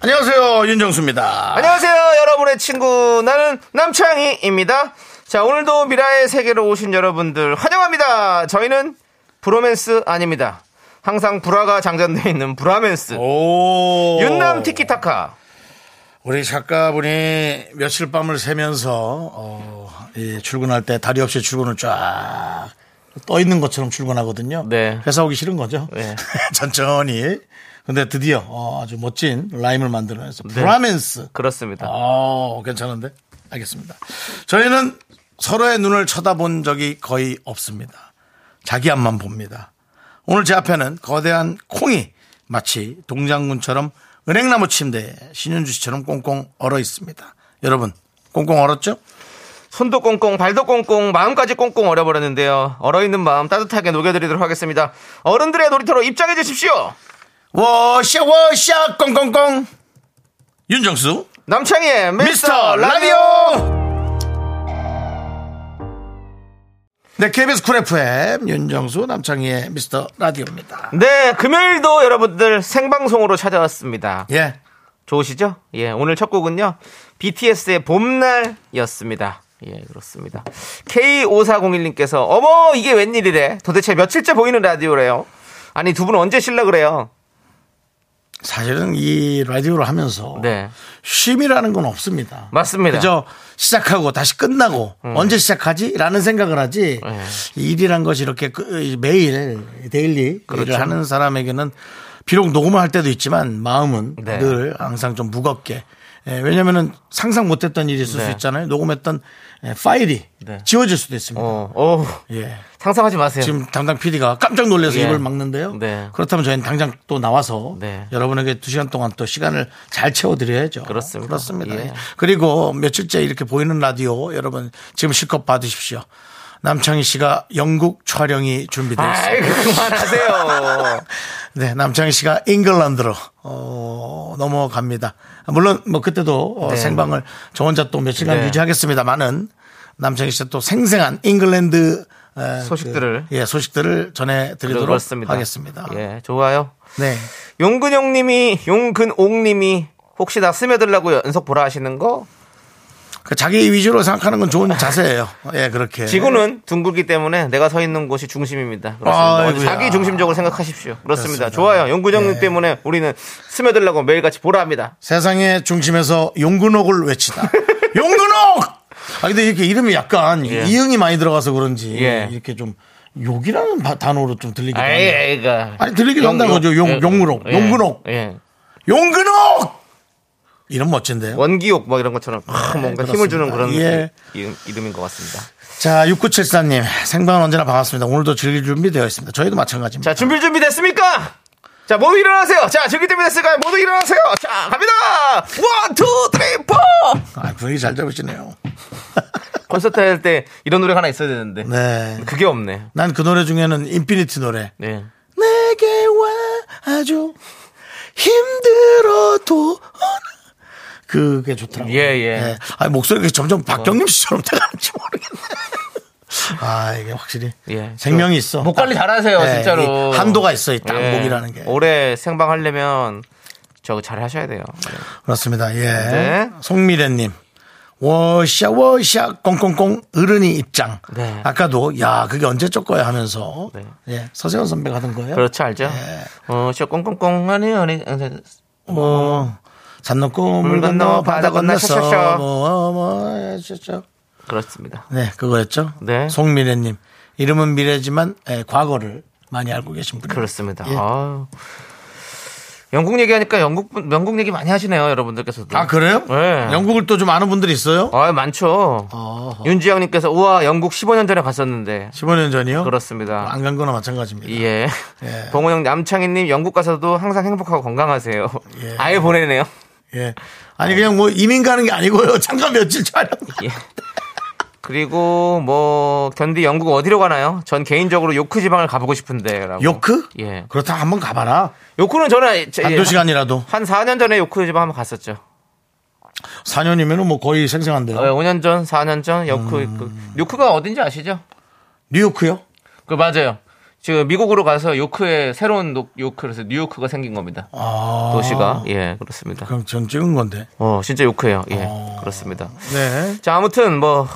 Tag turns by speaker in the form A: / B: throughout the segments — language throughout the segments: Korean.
A: 안녕하세요 윤정수입니다.
B: 안녕하세요, 여러분의 친구. 나는 남창희입니다. 자, 오늘도 미라의 세계로 오신 여러분들 환영합니다. 저희는 브로맨스 아닙니다. 항상 불화가 장전되어 있는 브라맨스.
A: 오
B: 윤남 티키타카.
A: 우리 작가분이 며칠 밤을 새면서 어, 이 출근할 때 다리 없이 출근을 쫙. 떠 있는 것처럼 출근하거든요.
B: 네.
A: 회사 오기 싫은 거죠.
B: 네.
A: 천천히. 근데 드디어 어, 아주 멋진 라임을 만들어내서
B: 네.
A: 브라맨스.
B: 그렇습니다.
A: 어, 괜찮은데? 알겠습니다. 저희는 서로의 눈을 쳐다본 적이 거의 없습니다. 자기 앞만 봅니다. 오늘 제 앞에는 거대한 콩이 마치 동장군처럼 은행나무 침대에 신윤주 씨처럼 꽁꽁 얼어 있습니다. 여러분, 꽁꽁 얼었죠?
B: 손도 꽁꽁, 발도 꽁꽁, 마음까지 꽁꽁 얼어버렸는데요. 얼어있는 마음 따뜻하게 녹여드리도록 하겠습니다. 어른들의 놀이터로 입장해 주십시오.
A: 워샤, 워샤, 꽁꽁꽁. 윤정수,
B: 남창희의
A: 미스터 라디오! 네, KBS 쿨 FM, 윤정수, 남창희의 미스터 라디오입니다.
B: 네, 금요일도 여러분들 생방송으로 찾아왔습니다.
A: 예.
B: 좋으시죠? 예, 오늘 첫 곡은요. BTS의 봄날이었습니다. 예, 그렇습니다. K5401님께서 어머, 이게 웬일이래? 도대체 며칠째 보이는 라디오래요? 아니, 두 분 언제 실라 그래요?
A: 사실은 이 라디오를 하면서
B: 네.
A: 쉼이라는 건 없습니다.
B: 맞습니다. 음.
A: 그죠? 시작하고 다시 끝나고 언제 시작하지? 라는 생각을 하지
B: 네.
A: 이 일이란 것이 이렇게 그- 매일 데일리
B: 그렇죠.
A: 일을 하는 사람에게는 비록 녹음을 할 때도 있지만 마음은
B: 네.
A: 늘 항상 좀 무겁게 예, 왜냐면은 상상 못했던 일이 있을
B: 네.
A: 수 있잖아요. 녹음했던 예, 파일이
B: 네.
A: 지워질 수도 있습니다.
B: 어, 어,
A: 예.
B: 상상하지 마세요.
A: 지금 담당 PD가 깜짝 놀라서
B: 예.
A: 입을 막는데요.
B: 네.
A: 그렇다면 저희는 당장 또 나와서
B: 네.
A: 여러분에게 두 시간 동안 또 시간을 잘 채워드려야죠.
B: 그렇습니다.
A: 그렇습니다.
B: 예.
A: 예. 그리고 며칠째 이렇게 보이는 라디오 여러분 지금 실컷 봐주십시오. 남창희 씨가 영국 촬영이 준비되어
B: 아이,
A: 있습니다.
B: 그만하세요.
A: 네, 남창희 씨가 잉글랜드로 어, 넘어갑니다. 물론 뭐 그때도 어,
B: 네.
A: 생방을 저 혼자 또 며칠간
B: 네.
A: 유지하겠습니다만은 남창희 씨가 또 생생한 잉글랜드 에,
B: 소식들을.
A: 그, 예 소식들을 전해드리도록
B: 네, 그렇습니다.
A: 하겠습니다.
B: 예, 좋아요.
A: 네,
B: 용근용님이, 용근옥님이 혹시 나 스며들라고 연속 보라 하시는 거?
A: 그 자기 위주로 생각하는 건 좋은 자세예요. 예, 그렇게
B: 지구는 둥글기 때문에 내가 서 있는 곳이 중심입니다.
A: 아이고야.
B: 그렇습니다. 자기 중심적으로 생각하십시오.
A: 그렇습니다.
B: 그렇습니다. 좋아요. 연구정님
A: 네.
B: 때문에 우리는 스며들라고 매일같이 보라 합니다.
A: 세상의 중심에서 용근옥을 외치다. 용근옥! 아, 근데 이렇게 이름이 약간
B: 예.
A: 이응이 많이 들어가서 그런지
B: 예.
A: 이렇게 좀 욕이라는 바- 단어로 좀 들리기도
B: 아이, 예.
A: 하네요.
B: 아이가.
A: 아니, 들리기도 한다는 거죠. 용- 용근옥,
B: 예.
A: 용근옥.
B: 예.
A: 용근옥! 이름
B: 뭐
A: 멋진데요.
B: 원기옥 막 이런 것처럼 아, 뭔가
A: 그렇습니다.
B: 힘을 주는 그런
A: 예.
B: 이름, 이름인 것 같습니다.
A: 자, 6974님. 생방은 언제나 반갑습니다. 오늘도 즐길 준비되어 있습니다. 저희도 마찬가지입니다.
B: 자, 준비 준비 됐습니까? 자, 모두 일어나세요. 자, 즐길 준비 됐을까요? 모두 일어나세요. 자, 갑니다. 원, 투, 쓰리, 포.
A: 아, 분위기 잘 잡으시네요.
B: 콘서트 할 때 이런 노래가 하나 있어야 되는데.
A: 네.
B: 그게 없네.
A: 난 그 노래 중에는 인피니티 노래.
B: 네.
A: 내게 와줘 힘들어도 그게 좋더라고요.
B: 예, 예. 어.
A: 아 목소리가 점점 박경림 씨처럼 돼가는지 모르겠네. 아 이게 확실히
B: 예.
A: 생명이
B: 저-
A: 있어.
B: 목 관리 잘하세요,
A: 예,
B: 진짜로. 예.
A: 이 한도가 있어 이 땅목이라는 게.
B: 올해 생방 하려면 저거 잘 하셔야 돼요.
A: 그렇습니다. 예.
B: 네.
A: 송미래님. 워샤 워샤 꽁꽁꽁 어른이 입장.
B: 네.
A: 아까도 야 그게 언제 쪽 거야 하면서
B: 네.
A: 예 서세원 선배가 하던 거예요.
B: 그렇죠, 알죠? 어, 저 꽁꽁꽁 하네요. 네.
A: 뭐, 산 넘고 물 건너 바다 건너서 뭐, 뭐, 했었죠.
B: 그렇습니다.
A: 네, 그거였죠.
B: 네.
A: 송미래님. 이름은 미래지만 예, 과거를 많이 알고 계신 분이
B: 그렇습니다.
A: 예.
B: 아유. 영국 얘기하니까 영국 분- 영국 얘기 많이 하시네요, 여러분들께서도.
A: 아, 그래요?
B: 네.
A: 영국을 또 좀 아는 분들이 있어요?
B: 아, 많죠.
A: 어허.
B: 윤지영님께서 우와 영국 15년 전에 갔었는데
A: 15년 전이요?
B: 그렇습니다.
A: 안 간 거나 마찬가지입니다.
B: 예.
A: 예.
B: 봉은영 남창희님 영국 가서도 항상 행복하고 건강하세요.
A: 예.
B: 아예 보내네요.
A: 예. 아니, 그냥 뭐 이민 가는 게 아니고요. 잠깐 며칠 촬영.
B: 예. 그리고 뭐 견디 영국 어디로 가나요? 전 개인적으로 요크 지방을 가보고 싶은데라고.
A: 요크?
B: 예.
A: 그렇다 한번 가봐라.
B: 요크는 저는 제-
A: 한두 시간이라도.
B: 한 4년 전에 요크 지방 한번 갔었죠.
A: 4년이면 뭐 거의 생생한데요.
B: 어, 5년 전, 4년 전 요크
A: 음.
B: 그, 요크가 어딘지 아시죠?
A: 뉴요크요?
B: 그 맞아요. 지금 미국으로 가서 요크에 새로운 노- 요크에서 뉴요크가 생긴 겁니다.
A: 아.
B: 도시가 예 그렇습니다.
A: 그럼 전 찍은 건데.
B: 어 진짜 요크예요. 예 그렇습니다.
A: 네.
B: 자 아무튼 뭐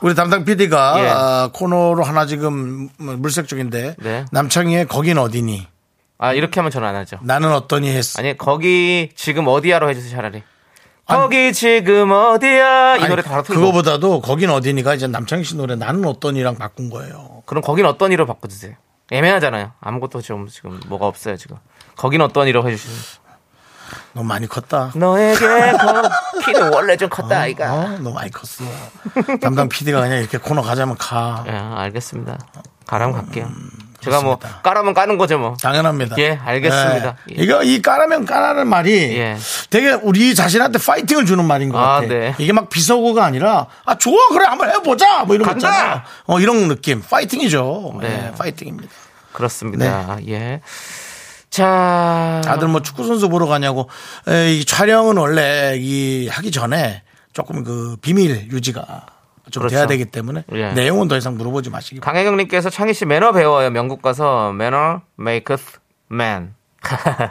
A: 우리 담당 PD가 아,
B: 예.
A: 코너로 하나 지금 뭐 물색 중인데
B: 네. 남창희의
A: 남창희의 거긴 어디니
B: 아, 이렇게 하면 저는 안 하죠.
A: 나는 어떠니 했어.
B: 아니 거기 지금 어디야로 해주세요 차라리 거기 지금 어디야 이
A: 아니,
B: 노래 바로 틀고
A: 그거보다도 거긴 어디니가 이제 남창희 씨 노래 나는 어떠니랑 바꾼 거예요.
B: 그럼 거긴 어떤 이로 바꿔주세요 애매하잖아요 아무것도 지금 지금 뭐가 없어요 지금 거긴 어떤 이로 해주시면
A: 너무 많이 컸다.
B: 너에게 키는 원래 좀 컸다 아이가
A: 어, 너무 많이 컸어. 담당 PD가 그냥 이렇게 코너 가자면 가.
B: 예 알겠습니다 가라면 갈게요 제가 뭐 까라면 까는 거죠 뭐
A: 당연합니다.
B: 예, 알겠습니다.
A: 예.
B: 예.
A: 이거 이 까라면 까라는 말이
B: 예.
A: 되게 우리 자신한테 파이팅을 주는 말인 것
B: 아,
A: 같아.
B: 네.
A: 이게 막 비서고가 아니라 아 좋아 그래 한번 해보자 뭐 이런 거
B: 간다!
A: 있잖아요. 어 이런 느낌 파이팅이죠.
B: 네.
A: 예, 파이팅입니다.
B: 그렇습니다
A: 네.
B: 예. 예자
A: 다들 뭐 축구 선수 보러 가냐고 에, 이 촬영은 원래 이 하기 전에 조금 그 비밀 유지가 좀
B: 그렇죠.
A: 돼야 되기 때문에
B: 예.
A: 내용은 더 이상 물어보지 마시기 바랍니다.
B: 강혜경님께서 창희 씨 매너 배워요. 영국 가서 매너 maketh man.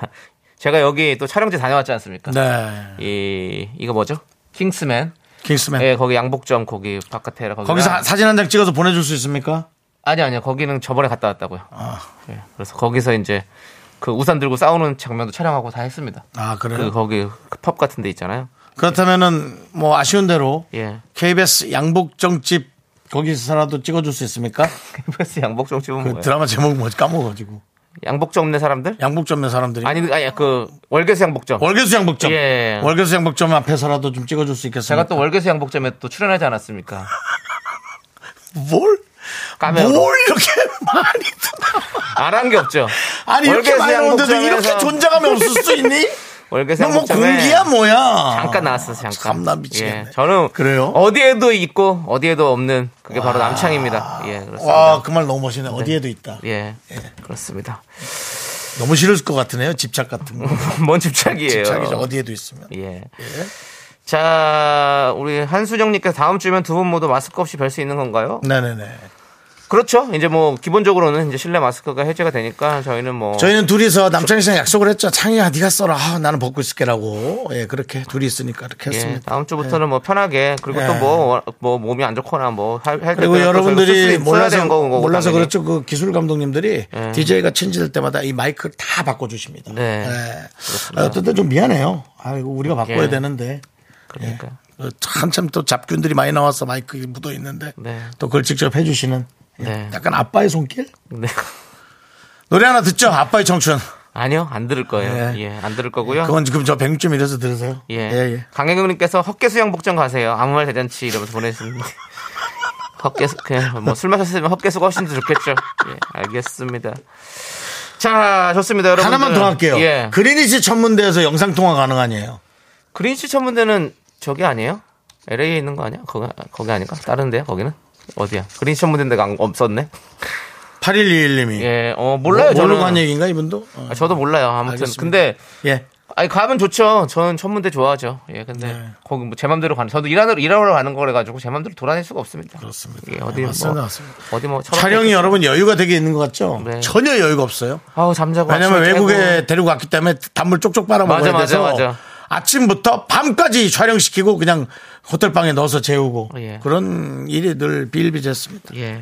B: 제가 여기 또 촬영지 다녀왔지 않습니까?
A: 네,
B: 이 이거 뭐죠? 킹스맨.
A: 킹스맨.
B: 예, 거기 양복점 거기 바깥에 거기.
A: 네. 거기서 사- 사진 한 장 찍어서 보내줄 수 있습니까? 아,
B: 아니 아니요 거기는 저번에 갔다 왔다고요. 예, 그래서 거기서 이제 그 우산 들고 싸우는 장면도 촬영하고 다 했습니다.
A: 아 그래요.
B: 그 거기 펍 같은 데 있잖아요.
A: 그렇다면은 뭐 아쉬운 대로
B: 예.
A: KBS 양복정집 거기서라도 찍어줄 수 있습니까?
B: KBS 양복점 집은
A: 그
B: 뭐예요?
A: 드라마 제목 뭐지 까먹어가지고
B: 양복점 없네 사람들?
A: 양복점의 사람들이
B: 아니 아니 그 월계수 양복점.
A: 월계수 양복점
B: 예.
A: 월계수 양복점 앞에서라도 좀 찍어줄 수 있겠습니까?
B: 제가 또 월계수 양복점에 또 출연하지 않았습니까?
A: 뭘?
B: 까메오로.
A: 뭘 이렇게 많이 듣나?
B: 안 한 게 없죠.
A: 아니 이렇게
B: 월계수
A: 많이 오는데도 이렇게
B: 양복점에서-
A: 존재감이 없을 수 있니?
B: 월계수
A: 너 뭐
B: 양복점에
A: 공기야 뭐야?
B: 잠깐 나왔어 잠깐.
A: 아, 참나 미치겠네.
B: 예, 저는
A: 그래요?
B: 어디에도 있고 어디에도 없는 그게 바로 남창입니다. 예 그렇습니다.
A: 와 그 말 너무 멋있네. 어디에도 있다.
B: 예, 그렇습니다.
A: 너무 싫을 것 같으네요. 집착 같은 거.
B: 뭔 집착이에요.
A: 집착이죠. 어디에도 있으면.
B: 예. 자 우리 한수정님께서 다음 주면 두 분 모두 마스크 없이 뵐 수 있는 건가요?
A: 네네네.
B: 그렇죠. 이제 뭐 기본적으로는 이제 실내 마스크가 해제가 되니까 저희는 뭐
A: 저희는 둘이서 남창희 씨랑 약속을 했죠. 창희야, 네가 써라. 아, 나는 벗고 있을게라고. 예, 그렇게 둘이 있으니까 그렇게
B: 예,
A: 했습니다.
B: 다음 주부터는 뭐 편하게 그리고
A: 예.
B: 또 뭐 뭐 몸이 안 좋거나 뭐할
A: 그리고 여러분들이 몰라서
B: 뭐
A: 몰라서 그렇죠. 그 기술 감독님들이
B: 예.
A: DJ가 친지될 때마다 이 마이크를 다 바꿔 주십니다.
B: 네.
A: 예. 어떤 때좀 미안해요. 아이고 우리가 바꿔야
B: 예.
A: 되는데.
B: 그러니까
A: 어, 한참 또 잡균들이 많이 나와서 마이크 묻어 있는데
B: 네.
A: 또 그걸 직접 해 주시는 예.
B: 네.
A: 약간 아빠의 손길?
B: 네.
A: 노래 하나 듣죠. 아빠의 청춘.
B: 아니요, 안 들을 거예요.
A: 예.
B: 예, 안 들을 거고요.
A: 그건 지금 저 106.1에서 들으세요.
B: 예. 강혜경님께서 헛개수영 복장 가세요. 아무 말 대잔치 이러면서 보내주는데. 헛개수, 그냥 뭐 술 마셨으면 헛개수가 훨씬 더 좋겠죠. 예, 알겠습니다. 자, 좋습니다, 여러분.
A: 하나만 더 할게요.
B: 예.
A: 그린이시 천문대에서 영상 통화 가능하니에요.
B: 그린시 천문대는 저기 아니에요? LA에 있는 거 아니야? 거기, 거기 아닌가? 다른데요, 거기는? 어디야? 그린시 천문대인데 안- 없었네?
A: 8121님이. 뭐,
B: 예, 어, 몰라요,
A: 모르고
B: 저는.
A: 한 얘기인가 이분도? 어.
B: 아, 저도 몰라요. 아무튼.
A: 알겠습니다.
B: 근데
A: 예.
B: 아니 가면 좋죠. 저는 천문대 좋아하죠. 예, 근데
A: 네.
B: 거기 뭐 제 맘대로 가는. 저도 일하러 일하러 가는 거래 가지고 제 맘대로 돌아낼 수가 없습니다.
A: 그렇습니다.
B: 예, 어디
A: 네,
B: 뭐
A: 맞습니다. 맞습니다.
B: 어디 뭐 철학-
A: 촬영이 여러분 여유가 되게 있는 것 같죠?
B: 네.
A: 전혀 여유가 없어요.
B: 그- 아우 잠자고
A: 왜냐면
B: 아침에
A: 외국에
B: 깨고.
A: 데리고 갔기 때문에 단물 쪽쪽 빨아 먹어야
B: 맞아, 맞아,
A: 돼서
B: 맞아.
A: 침부터 밤까지 촬영시키고 그냥 호텔 방에 넣어서 재우고
B: 예.
A: 그런 일이 늘 비일비재했습니다.
B: 예.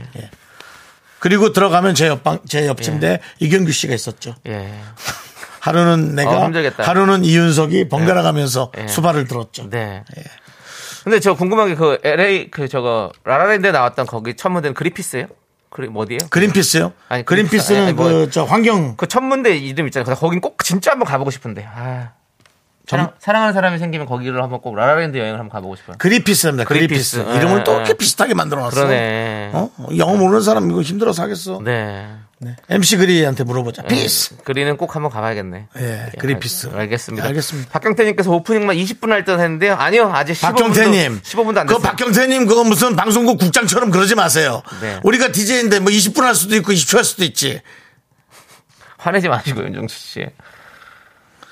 A: 그리고 들어가면 제 옆방 제 옆침대에 이경규 씨가 있었죠.
B: 예.
A: 하루는 내가
B: 어, 힘들겠다.
A: 하루는 이윤석이 번갈아 가면서
B: 예.
A: 수발을 들었죠.
B: 네.
A: 예.
B: 근데 저 궁금한 게 그 LA 그 저거 라라랜드에 나왔던 거기 천문대는 그리피스예요? 그리 뭐 어디예요?
A: 그린피스요?
B: 아니, 그린피스.
A: 그린피스는
B: 아니,
A: 그
B: 아니, 뭐-
A: 저 환경
B: 그 천문대 이름 있잖아요. 근데 거긴 꼭 진짜 한번 가보고 싶은데. 아. 사랑, 사랑하는 사람이 생기면 거기를 한번 꼭 라라랜드 여행을 한번 가보고 싶어요.
A: 그린피스입니다. 그린피스.
B: 그린피스. 예,
A: 이름을 또
B: 예.
A: 이렇게 비슷하게 만들어 놨어.
B: 그러네.
A: 어? 영어 모르는 사람 이거 힘들어서 하겠어.
B: 네.
A: MC 그리한테 물어보자. 피스.
B: 그리는 꼭 한번 가봐야겠네.
A: 예, 그리피스.
B: 알, 겠습니다
A: 알겠습니다.
B: 박경태님께서 오프닝만 20분 할 듯 했는데요. 아니요, 아직 15분도,
A: 박경태님.
B: 15분도 안
A: 그
B: 됐어요.
A: 박경태님 그거 무슨 방송국 국장처럼 그러지 마세요.
B: 네.
A: 우리가 DJ인데 뭐 20분 할 수도 있고 20초 할 수도 있지.
B: 화내지 마시고 윤정수 씨.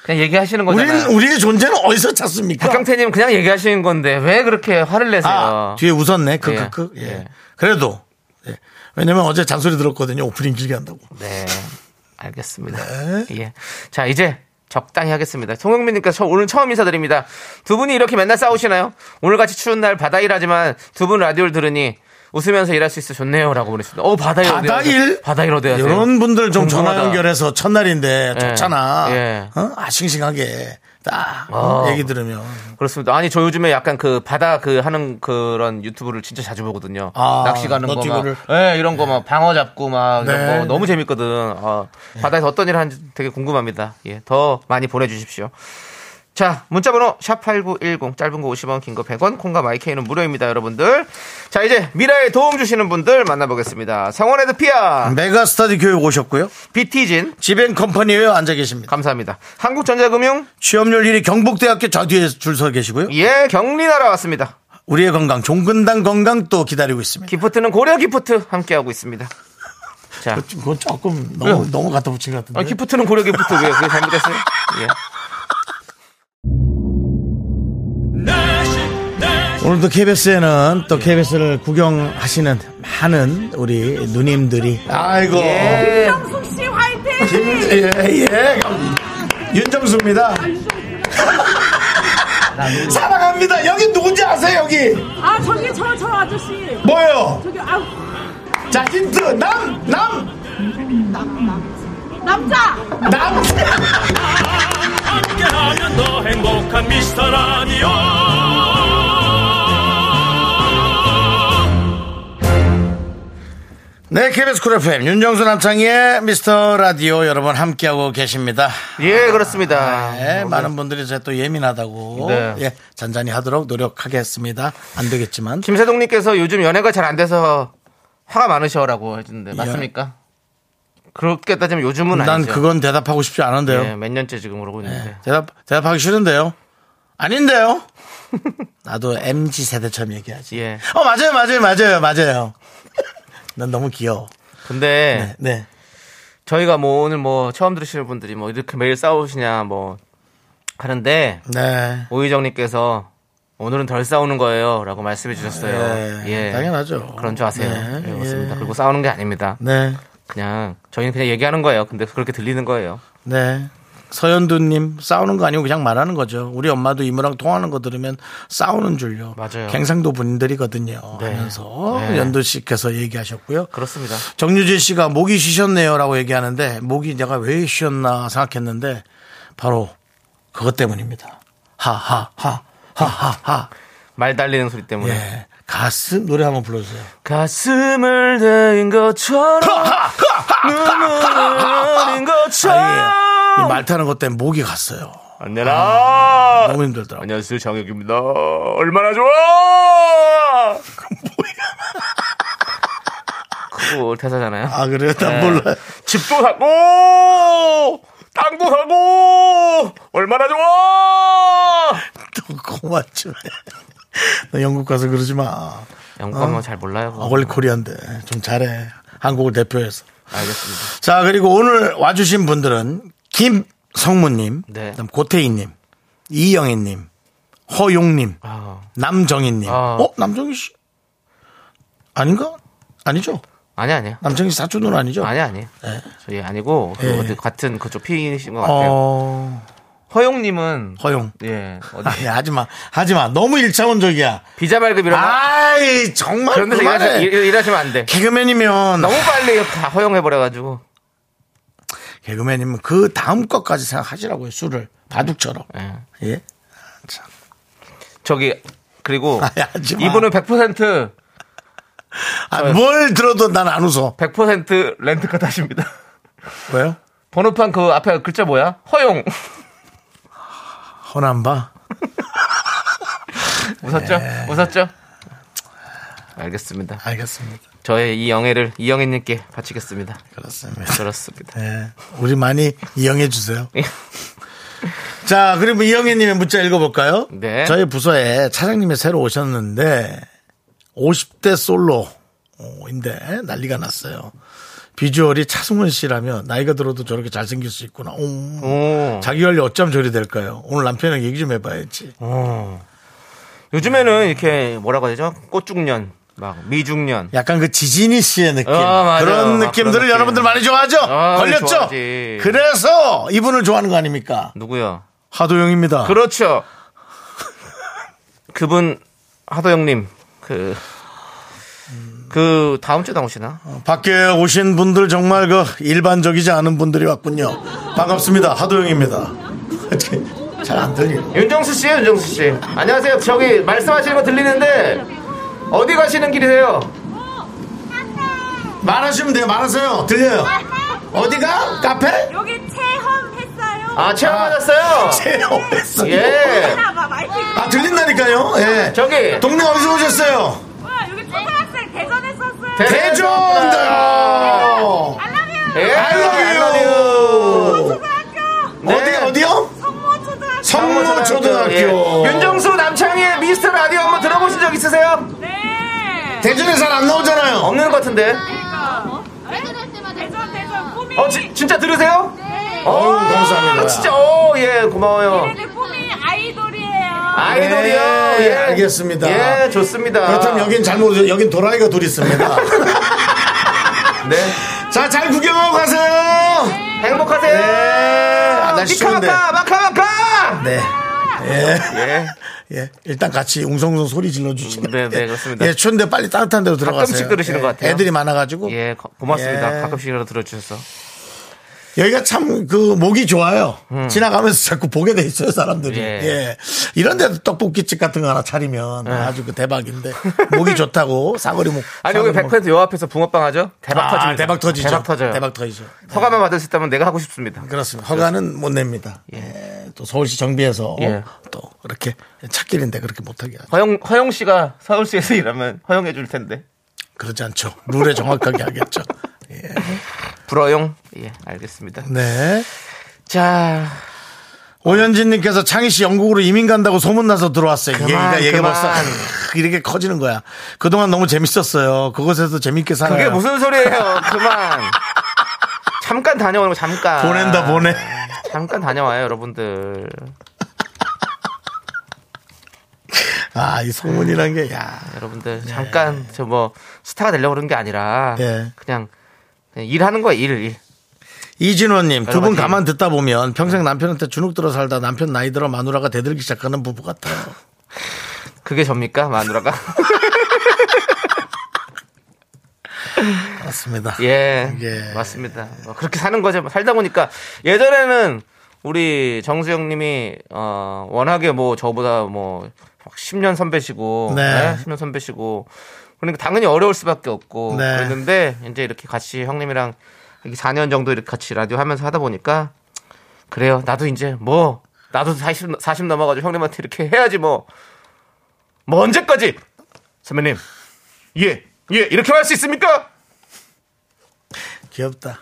B: 그냥 얘기하시는
A: 우리는
B: 거잖아요.
A: 우리의 존재는 어디서 찾습니까?
B: 박경태님 그냥 얘기하시는 건데 왜 그렇게 화를 내세요?
A: 아, 뒤에 웃었네. 크크크.
B: 예.
A: 예.
B: 예.
A: 그래도 예. 왜냐면 어제 잔소리 들었거든요. 오프닝 길게 한다고.
B: 네, 알겠습니다.
A: 네.
B: 예, 자 이제 적당히 하겠습니다. 송영민님께서 저 오늘 처음 인사드립니다. 두 분이 이렇게 맨날 싸우시나요? 오늘 같이 추운 날 바다 일하지만 두 분 라디오를 들으니 웃으면서 일할 수 있어 좋네요라고 보내셨습니다. 어 바다 일 어디
A: 바다
B: 가세요?
A: 일?
B: 바다 일 어디 가세요?
A: 이런 분들 좀 전화
B: 네. 궁금하다.
A: 연결해서 첫날인데
B: 예.
A: 좋잖아.
B: 예.
A: 어? 아, 싱싱하게. 딱
B: 어.
A: 얘기 들으면.
B: 그렇습니다. 아니 저 요즘에 약간 그 바다 그 하는 그런 유튜브를 진짜 자주 보거든요.
A: 아,
B: 낚시 가는 거 막,
A: 너튜브를.
B: 예, 이런 거 막 방어 잡고 막 이런
A: 네.
B: 거 너무 재밌거든. 아, 바다에서 어떤 일을 하는지 되게 궁금합니다. 예, 더 많이 보내주십시오. 자, 문자번호 샵8910 짧은 거 50원, 긴 거 100원, 콩과 마이케이는 무료입니다, 여러분들. 자, 이제 미라에 도움 주시는 분들 만나보겠습니다. 성원에드 피아,
A: 메가스터디 교육 오셨고요.
B: 비티진,
A: 지벤 컴퍼니에 앉아 계십니다.
B: 감사합니다. 한국전자금융,
A: 취업률 1위 경북대학교 저 뒤에 줄 서 계시고요.
B: 예, 경리나라 왔습니다.
A: 우리의 건강, 종근당 건강 또 기다리고 있습니다.
B: 기프트는 고려 기프트 함께하고 있습니다. 자,
A: 그건 조금 너무, 너무 갖다 붙인 것 같은데.
B: 아, 기프트는 고려 기프트 왜 그게 잘못됐어요? 예.
C: 내식 내식
A: 오늘도 KBS에는 또 KBS를 구경하시는 많은 우리 누님들이. 아이고.
B: 예.
A: 예, 예. 윤정수입니다. 사랑합니다. 여기 누군지 아세요, 여기?
D: 아 저기 저 저 아저씨
A: 뭐예요?
D: 저기 아
A: 자, 힌트. 남, 남,
D: 남자
A: 남.
C: 함께하면 더 행복한 미스터 라디오
A: 네, KBS 쿨 FM. 윤정수 남창희의 미스터 라디오 여러분 함께하고 계십니다.
B: 예, 그렇습니다.
A: 네, 많은 분들이 제 또 예민하다고
B: 음, 네.
A: 예, 잔잔히 하도록 노력하겠습니다. 안 되겠지만
B: 김세동님께서 요즘 연애가 잘 안 돼서 화가 많으셔라고 해주는데 맞습니까? 그렇게 따지면 요즘은
A: 예. 난
B: 아니죠.
A: 그건 대답하고 싶지 않은데요. 예.
B: 예, 몇 년째 지금 그러고 있는데.
A: 대답 대답하기 싫은데요. 아닌데요. 나도 MG 세대처럼 얘기하지.
B: 예.
A: 어 맞아요, 맞아요, 맞아요, 맞아요. 난 너무 귀여워.
B: 근데
A: 네, 네.
B: 저희가 뭐 오늘 뭐 처음 들으시는 분들이 뭐 이렇게 매일 싸우시냐 뭐 하는데
A: 네.
B: 오희정님께서 오늘은 덜 싸우는 거예요라고 말씀해 주셨어요.
A: 예, 당연하죠.
B: 그런 줄 아세요.
A: 네,
B: 예, 그렇습니다.
A: 예.
B: 그리고 싸우는 게 아닙니다.
A: 네,
B: 그냥 저희는 그냥 얘기하는 거예요. 근데 그렇게 들리는 거예요.
A: 네. 서현두님 싸우는 거 아니고 그냥 말하는 거죠. 우리 엄마도 이모랑 통하는 거 들으면 싸우는 줄요.
B: 맞아요.
A: 갱상도 분들이거든요.
B: 네.
A: 하면서
B: 네.
A: 연두 씨께서 얘기하셨고요.
B: 그렇습니다.
A: 정유진 씨가 목이 쉬셨네요라고 얘기하는데 목이 내가 왜 쉬었나 생각했는데 바로 그것 때문입니다. 하하하 하하하.
B: 말 달리는 소리 때문에
A: 예. 가슴 노래 한번 불러주세요.
B: 가슴을 대인 것처럼 눈물을 흘린
A: 아, 예.
B: 것처럼
A: 이말 아. 타는 것 때문에 목이 갔어요.
B: 안내라
A: 너무 힘들더라고요.
B: 안녕하세요 장혁입니다. 얼마나 좋아? 그거 대사잖아요.
A: 아 그래요? 난
B: 네.
A: 몰라요.
B: 집도 사고 땅도 사고 얼마나 좋아?
A: 또 고만 좀 해. 너 영국 가서 그러지 마.
B: 영국 가면 잘 몰라요. 그거.
A: 아, 원래 코리안데 좀 잘해. 한국을 대표해서.
B: 알겠습니다.
A: 자 그리고 오늘 와주신 분들은 김성무님,
B: 네.
A: 그다음 고태희님, 이영애님, 허용님,
B: 아,
A: 남정희님.
B: 아.
A: 어 남정희 씨 아닌가? 아니죠.
B: 아니 아니요.
A: 남정희 씨 사촌 누나 아니죠?
B: 아니 아니.
A: 네.
B: 저희 아니고 그
A: 예.
B: 어디 같은 그쪽 피이신 것 같아요.
A: 어
B: 허용님은
A: 허용.
B: 예 어디
A: 아니 하지마 하지마 너무 일차원적이야.
B: 비자 발급 이런 거
A: 아이 정말
B: 그런 데서 일하시,
A: 그만해.
B: 일, 일하시면 안 돼.
A: 개그맨이면
B: 너무 빨리 다 허용해 버려가지고
A: 개그맨이면 그 다음 것까지 생각하시라고요 술을 바둑처럼.
B: 예.
A: 예.
B: 저기 그리고
A: 아니, 하지마.
B: 이분은 100%
A: 아, 뭘 들어도 난 안 웃어.
B: 100% 렌트카 타십니다.
A: 왜요?
B: 번호판 그 앞에 글자 뭐야? 허용.
A: 허남바.
B: 웃었죠? 웃었죠? 네. 알겠습니다.
A: 알겠습니다.
B: 저의 이 영예를 이영애님께 바치겠습니다.
A: 그렇습니다. 예.
B: 그렇습니다.
A: 네, 우리 많이 이용해 주세요. 자, 그리고 이영애님의 문자 읽어볼까요?
B: 네.
A: 저희 부서에 차장님이 새로 오셨는데 50대 어, 솔로인데 난리가 났어요. 비주얼이 차승원 씨라며 나이가 들어도 저렇게 잘생길 수 있구나. 음.
B: 네. 오.
A: 자기 관리 어쩜 저리 될까요? 오늘 남편에게 얘기 좀 해봐야지.
B: 어. 요즘에는 이렇게 뭐라고 해야 되죠? 꽃중년, 막 미중년.
A: 약간 그 지진이 씨의 느낌
B: 어, 맞아요.
A: 그런
B: 막
A: 느낌들을
B: 그런 느낌.
A: 여러분들 많이 좋아하죠?
B: 아,
A: 걸렸죠?
B: 좋아하지.
A: 그래서 이분을 좋아하는 거 아닙니까?
B: 누구요?
A: 하도영입니다.
B: 그렇죠. 그분 하도영님 그. 그 다음 주에 나오시나?
A: 밖에 오신 분들 정말 그 일반적이지 않은 분들이 왔군요. 반갑습니다. 하도영입니다. 잘 안 들려.
B: 윤정수 씨예요, 윤정수 씨. 안녕하세요. 저기 말씀하시는 거 들리는데 어디 가시는 길이세요?
A: 말하시면 돼요. 말하세요. 들려요. 어디가? 카페?
D: 여기 체험했어요.
B: 아, 체험하셨어요?
A: 체험했어요.
B: 예.
D: 나 봐, 마이크.
A: 아 들린다니까요. 예.
B: 저기
A: 동네 어디서 오셨어요?
D: 와, 여기 초등학생 대전에서 왔어요.
B: 네,
A: 대전. 요
D: 알라뷰.
B: 예,
A: I love you.
D: 초등학교.
B: 네.
A: 어디 어디요?
D: 성모 초등학교.
A: 성모 초등학교.
B: 예. 윤정수 남창희의 미스터 라디오 한번 들어보신 적 있으세요?
D: 네.
A: 대전에 잘 안 나오잖아요.
B: 없는 것 같은데.
D: 그러니까. 대전 대전 꿈이.
B: 어, 지- 진짜 들으세요?
D: 네.
B: 어,
A: 감사합니다.
B: 진짜, 어, 예, 고마워요.
D: 얘네들 꿈이 아이돌이에요.
B: 아이돌이요.
A: 네,
B: 예.
A: 알겠습니다.
B: 예, 좋습니다.
A: 그렇다면 여긴 잘 모르죠. 여긴 도라이가 둘 있습니다.
B: 네.
A: 자, 잘 구경하고 가세요.
B: 행복하세요.
A: 네, 아, 날씨 좋은데.
B: 미카마카, 마카마카!
A: 네.
B: 예.
A: 예. 일단 같이 웅성웅성 소리 질러 주시면.
B: 네, 네, 그렇습니다.
A: 예, 추운데 빨리 따뜻한 데로 들어가세요.
B: 가끔씩 들으시는
A: 예,
B: 것 같아요.
A: 애들이 많아 가지고.
B: 예, 고- 고맙습니다.
A: 예.
B: 가끔씩이라도 들어주셔서.
A: 여기가 참 그 목이 좋아요. 지나가면서 자꾸 보게 돼 있어요, 사람들이.
B: 음. 예.
A: 예. 이런 데도 떡볶이집 같은 거 하나 차리면 아주 그 대박인데. 목이 좋다고 사거리 목.
B: 예. 아니, 여기
A: 사거리 목-
B: 100%요 앞에서 붕어빵 하죠? 대박
A: 뭐- 아,
B: 터집니다.
A: 대박 터지죠.
B: 대박 터져요.
A: 대박 터지죠.
B: 허가만 받을 수 있다면 내가 하고 싶습니다.
A: 그렇습니다. 허가는 못 냅니다. 예, 또 서울시 정비에서
B: 예.
A: 또 이렇게 찾길인데 그렇게 못하게 하죠.
B: 허영, 허영 씨가 서울시에서 일하면 허영해 줄 텐데.
A: 그러지 않죠. 룰에 정확하게 하겠죠. 예.
B: 불어용? 예, 알겠습니다.
A: 네.
B: 자,
A: 오현진님께서 창희 씨 영국으로 이민 간다고 소문나서 들어왔어요.
B: 그만,
A: 얘기가 얘기
B: 그만.
A: 벌써 아, 이렇게 커지는 거야. 그동안 너무 재밌었어요. 그곳에서 재밌게 살아요.
B: 그게 무슨 소리예요? 그만. 잠깐 다녀오는 거 잠깐.
A: 보낸다 보내.
B: 잠깐 다녀와요, 여러분들.
A: 아, 이 소문이란 게 야.
B: 여러분들
A: 네.
B: 잠깐 저 뭐 스타가 되려고 그런 게 아니라
A: 예.
B: 그냥, 그냥 일하는 거야, 일, 일.
A: 이진호님, 네. 두 분
B: 여러 가지.
A: 가만 듣다 보면 평생 남편한테 주눅 들어 살다 남편 나이 들어 마누라가 대들기 시작하는 부부 같아요.
B: 그게 접니까, 마누라가?
A: 맞습니다.
B: 예,
A: 예.
B: 맞습니다. 뭐 그렇게 사는 거죠. 살다 보니까 예전에는 우리 정수영님이 어 워낙에 뭐 저보다 뭐 10년 선배시고,
A: 네.
B: 10년 선배시고, 그러니까 당연히 어려울 수밖에 없고
A: 네.
B: 그랬는데 이제 이렇게 같이 형님이랑 이렇게 4년 정도 이렇게 같이 라디오 하면서 하다 보니까 그래요. 나도 이제 뭐 나도 40 40 넘어가지고 형님한테 이렇게 해야지 뭐. 뭐 언제까지 선배님 예예 이렇게 할 수 있습니까?
A: 귀엽다.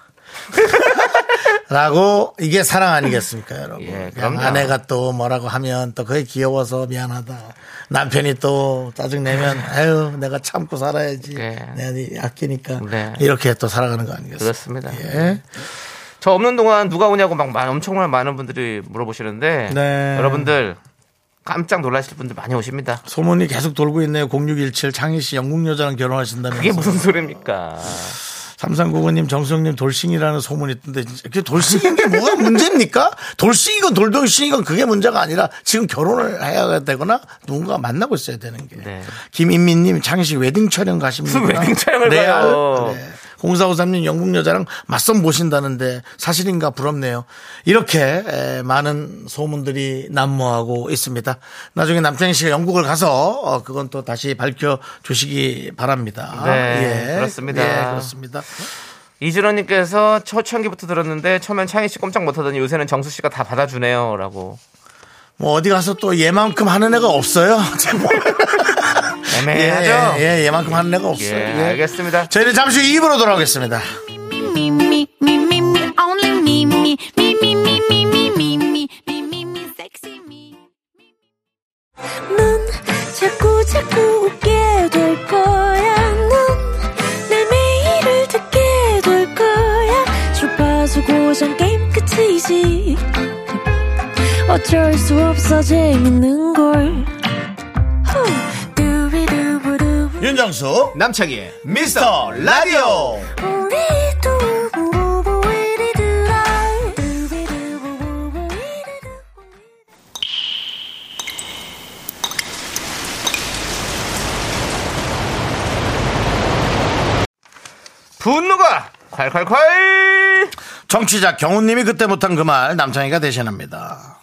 A: 라고 이게 사랑 아니겠습니까, 여러분?
B: 예,
A: 그냥
B: 그럼요.
A: 아내가 또 뭐라고 하면 또 그게 귀여워서 미안하다. 남편이 또 짜증 내면 아유 내가 참고 살아야지.
B: 네.
A: 내가 네 아끼니까
B: 네.
A: 이렇게 또 살아가는 거 아니겠습니까?
B: 그렇습니다.
A: 예.
B: 저 없는 동안 누가 오냐고 막 마- 엄청나 많은 분들이 물어보시는데
A: 네.
B: 여러분들 깜짝 놀라실 분들 많이 오십니다.
A: 소문이 계속 돌고 있네요. 0617 창희 씨 영국 여자랑 결혼하신다면서.
B: 그게 무슨 소리입니까?
A: 삼삼구구님, 정수영님 돌싱이라는 소문이 있던데 진짜 그 돌싱인 게 뭐가 문제입니까? 돌싱이건 돌돌싱이건 그게 문제가 아니라 지금 결혼을 해야 되거나 누군가 만나고 있어야 되는 게.
B: 네.
A: 김인민님, 장식 웨딩 촬영 가십니까?
B: 무슨 웨딩 촬영을
A: 네,
B: 봐요.
A: 아, 네. 0453님 영국 여자랑 맞선 보신다는데 사실인가 부럽네요. 이렇게 에, 많은 소문들이 난무하고 있습니다. 나중에 남창희 씨가 영국을 가서 어, 그건 또 다시 밝혀 주시기 바랍니다.
B: 네, 그렇습니다.
A: 아, 예, 그렇습니다.
B: 이준호님께서 초창기부터 들었는데 처음엔 창희 씨 꼼짝 못하더니 요새는 정수 씨가 다 받아주네요라고.
A: 뭐 어디 가서 또 얘만큼 하는 애가 없어요. 제발.
B: 애매하죠?
A: 예, 예, 예, 얘만큼 하는 애가 없어요.
B: 예, 알겠습니다.
A: 저희는 잠시 후 입으로 돌아오겠습니다.
E: me, me, me, me, me, only me, me, me, me, me, me, me, me, me, me, me, me, sexy me. 넌 자꾸 자꾸 웃게 될 거야. 넌내 매일을 듣게 될 거야. 주파수 고정 게임 끝이지. 어쩔 수 없어 재밌는 걸. 후. 두비두부두.
A: 윤정수,
B: 남창희의 미스터 라디오.
E: 우리 두부부부 우리들아. 두비두부부부 우리들아.
B: 분노가 콸콸콸!
A: 정취자 경훈님이 그때 못한 그 말 남창희가 대신합니다.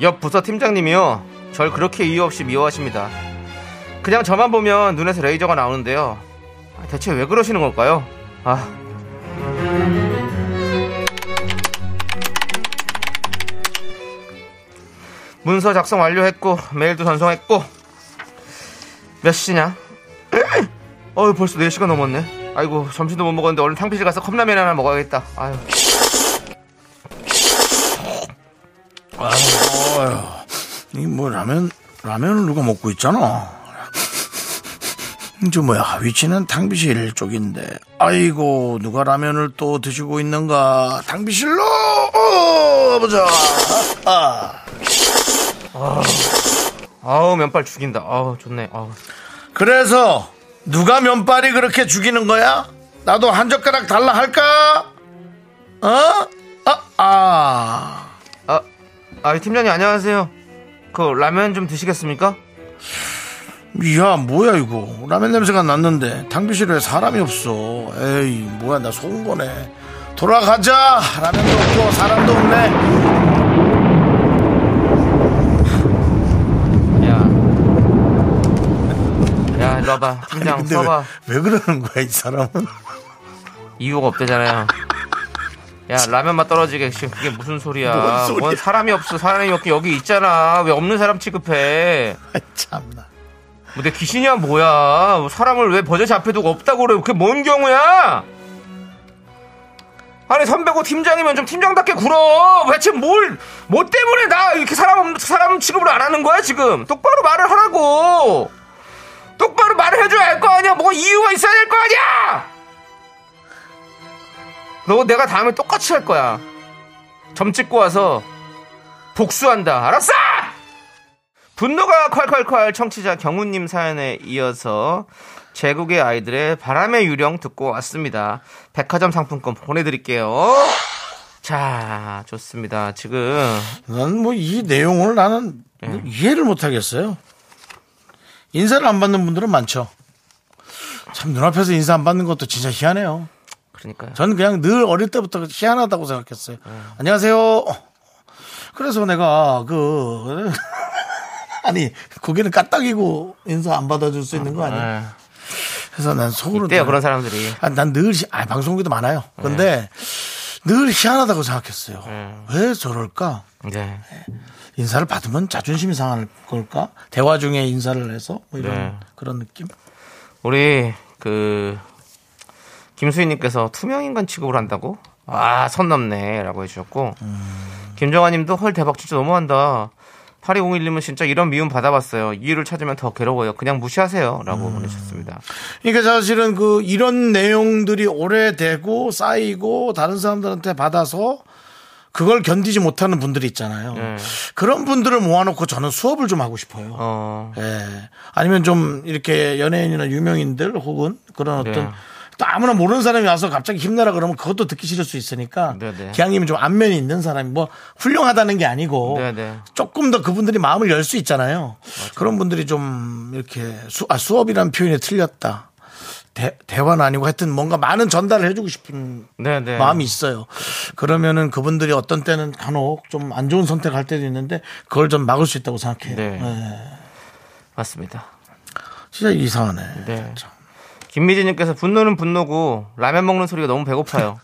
B: 옆 부서 팀장님이요. 절 그렇게 이유 없이 미워하십니다. 그냥 저만 보면 눈에서 레이저가 나오는데요. 아, 대체 왜 그러시는 걸까요? 아. 문서 작성 완료했고 메일도 전송했고 몇 시냐? 어유 벌써 4시가 넘었네. 아이고 점심도 못 먹었는데 얼른 탕비실 가서 컵라면 하나 먹어야겠다. 아유.
A: 이뭐 라면, 라면을 누가 먹고 있잖아. 저 뭐야 위치는 탕비실 쪽인데 아이고 누가 라면을 또 드시고 있는가 탕비실로 어, 보자
B: 아우 면발 죽인다. 아우 좋네. 아우
A: 그래서 누가 면발이 그렇게 죽이는 거야? 나도 한 젓가락 달라 할까? 어? 아, 아.
B: 아, 아, 팀장님 안녕하세요. 그 라면 좀 드시겠습니까?
A: 야 뭐야 이거 라면 냄새가 났는데 탕비실에 사람이 없어 에이 뭐야 나 속은 거네 돌아가자 라면도 없고 사람도 없네
B: 야, 야, 일로 와봐. 팀장
A: 근데 왜,
B: 써봐.
A: 왜 그러는 거야 이 사람은
B: 이유가 없대잖아요. 야, 라면 맛 떨어지게 지금 그게 무슨 소리야?
A: 뭔 소리야.
B: 뭔 사람이 없어. 사람이 없긴 여기 있잖아. 왜 없는 사람 취급해?
A: 아이, 참나
B: 뭐내 귀신이야 뭐야? 뭐 사람을 왜 버젓이 앞에 두고 없다고 그래? 그게 뭔 경우야? 아니 선배고 팀장이면 좀 팀장답게 굴어. 왜 지금 뭘, 뭐 때문에 나 이렇게 사람 없는 사람 취급을 안 하는 거야 지금? 똑바로 말을 하라고. 똑바로 말을 해줘야 할 거 아니야? 뭐 이유가 있어야 될 거 아니야? 너 내가 다음에 똑같이 할 거야. 점 찍고 와서 복수한다. 알았어? 분노가 콸콸콸 청취자 경훈님 사연에 이어서 제국의 아이들의 바람의 유령 듣고 왔습니다. 백화점 상품권 보내드릴게요. 자, 좋습니다. 지금
A: 난 뭐 이 내용을 나는 뭐 이해를 못하겠어요 인사를 안 받는 분들은 많죠 참 눈앞에서 인사 안 받는 것도 진짜 희한해요
B: 그러니까요.
A: 저는 그냥 늘 어릴 때부터 희한하다고 생각했어요.
B: 네.
A: 안녕하세요. 그래서 내가 그 아니 거기는 까딱이고 인사 안 받아줄 수 있는 거 아니에요?
B: 네.
A: 그래서 난 속으로
B: 있대요 그런 사람들이. 네.
A: 난늘 아, 방송국에도 많아요. 근데 늘 희한하다고 생각했어요. 왜 저럴까?
B: 네.
A: 인사를 받으면 자존심이 상할 걸까? 대화 중에 인사를 해서 뭐 이런
B: 네.
A: 그런 느낌.
B: 우리 그 김수희님께서 투명인간 취급을 한다고? 아, 선 넘네라고 해주셨고
A: 음.
B: 김정아님도 헐 대박 진짜 너무한다. 8201님은 진짜 이런 미움 받아봤어요. 이유를 찾으면 더 괴로워요. 그냥 무시하세요라고
A: 음.
B: 보내셨습니다.
A: 그러니까 사실은 그 이런 내용들이 오래되고 쌓이고 다른 사람들한테 받아서 그걸 견디지 못하는 분들이 있잖아요. 그런 분들을 모아놓고 저는 수업을 좀 하고 싶어요.
B: 어,
A: 예. 아니면 좀 이렇게 연예인이나 유명인들 혹은 그런
B: 네.
A: 어떤 또 아무나 모르는 사람이 와서 갑자기 힘내라 그러면 그것도 듣기 싫을 수 있으니까
B: 네, 네.
A: 기왕이면 좀 안면이 있는 사람이 뭐 훌륭하다는 게 아니고
B: 네, 네.
A: 조금 더 그분들이 마음을 열 수 있잖아요. 그런 분들이 좀 이렇게 수, 아, 수업이라는 표현이 틀렸다. 대, 대화는 아니고 하여튼 뭔가 많은 전달을 해주고 싶은
B: 네, 네.
A: 마음이 있어요. 그러면은 그분들이 어떤 때는 간혹 좀 안 좋은 선택할 때도 있는데 그걸 좀 막을 수 있다고 생각해요.
B: 네.
A: 예.
B: 맞습니다.
A: 진짜 이상하네.
B: 네.
A: 참.
B: 김미진님께서 분노는 분노고 라면 먹는 소리가 너무 배고파요.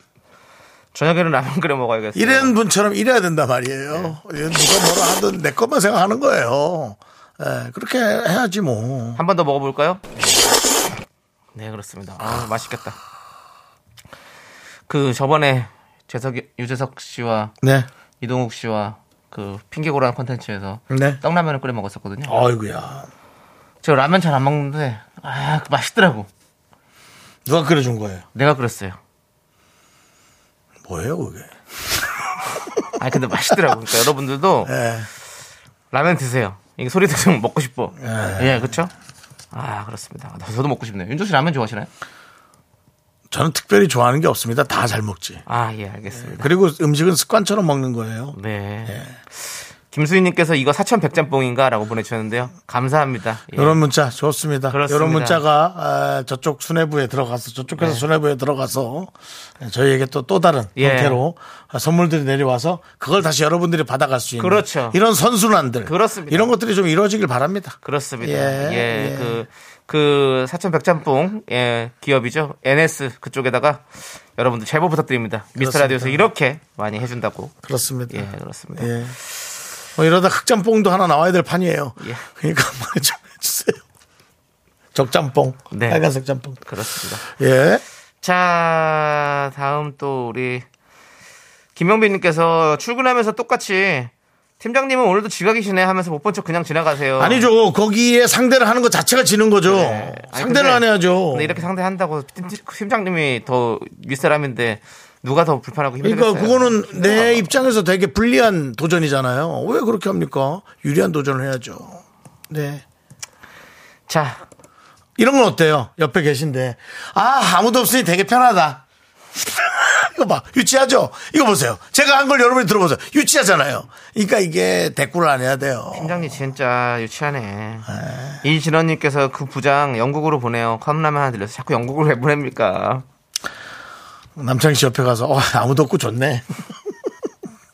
B: 저녁에는 라면 끓여 먹어야겠어요.
A: 이런 분처럼 일해야 된단 말이에요. 누가 뭐라 하든 내 것만 생각하는 거예요. 예, 그렇게 해야지 뭐.
B: 한 번 더 먹어볼까요? 네 그렇습니다. 아 맛있겠다. 그 저번에 재석 유재석 씨와
A: 네.
B: 이동욱 씨와 그 핑계고라는 콘텐츠에서
A: 네.
B: 떡라면을 끓여 먹었었거든요.
A: 아이고야.
B: 저 라면 잘 안 먹는데 아 맛있더라고.
A: 누가 끓여준 거예요?
B: 내가 그랬어요.
A: 뭐예요, 그게?
B: 아 근데 맛있더라고. 그러니까 여러분들도
A: 예.
B: 라면 드세요. 이게 소리 들으면 먹고 싶어. 예, 그렇죠? 아 그렇습니다. 나- 저도 먹고 싶네요. 윤조 씨 라면 좋아하시나요?
A: 저는 특별히 좋아하는 게 없습니다. 다 잘 먹지.
B: 아 예, 알겠습니다.
A: 그리고 음식은 습관처럼 먹는 거예요.
B: 네. 김수희님께서 이거 사천 백짬뽕인가라고 보내주셨는데요. 감사합니다. 예.
A: 이런 문자 좋습니다.
B: 그렇습니다.
A: 이런 문자가 아, 저쪽 수뇌부에 들어가서 저쪽에서 수뇌부에 들어가서 예, 저희에게 또 또 다른
B: 예.
A: 형태로 선물들이 내려와서 그걸 다시 여러분들이 받아갈 수 있는
B: 그렇죠.
A: 이런 선순환들
B: 그렇습니다.
A: 이런 것들이 좀 이루어지길 바랍니다.
B: 그렇습니다.
A: 예,
B: 예,
A: 예.
B: 그, 그, 사천백짬뽕, 예, 기업이죠. NS 그쪽에다가 여러분들 제보 부탁드립니다. 미스터 라디오에서 이렇게 많이 해준다고.
A: 그렇습니다.
B: 예, 그렇습니다.
A: 예. 뭐 이러다 흑짬뽕도 하나 나와야 될 판이에요.
B: 예.
A: 그러니까 한번 좀 해주세요. 적짬뽕,
B: 네.
A: 빨간색 짬뽕.
B: 그렇습니다.
A: 예.
B: 자, 다음 또 우리 김명빈님께서 출근하면서 똑같이 팀장님은 오늘도 지각이시네 하면서 못 본 척 그냥 지나가세요.
A: 아니죠. 거기에 상대를 하는 것 자체가 지는 거죠.
B: 네. 아니,
A: 상대를
B: 근데-
A: 안 해야죠.
B: 근데 이렇게 상대한다고 팀- 팀장님이 더 윗사람인데 누가 더 불편하고 힘들겠어요. 네.
A: 그러니까 그거는 내
B: 힘들어요.
A: 입장에서 되게 불리한 도전이잖아요. 왜 그렇게 합니까? 유리한 도전을 해야죠. 네.
B: 자,
A: 이런 건 어때요? 옆에 계신데. 아, 아무도 없으니 되게 편하다. 이거 봐. 유치하죠? 이거 보세요. 제가 한 걸 여러분이 들어보세요. 유치하잖아요. 그러니까 이게 대꾸를 안 해야 돼요.
B: 팀장님 진짜 유치하네. 이진원님께서 그 부장 영국으로 보내요. 컵라면 하나 들려서 자꾸 영국으로 왜 보냅니까?
A: 남창희 씨 옆에 가서, 어, 아무도 없고 좋네.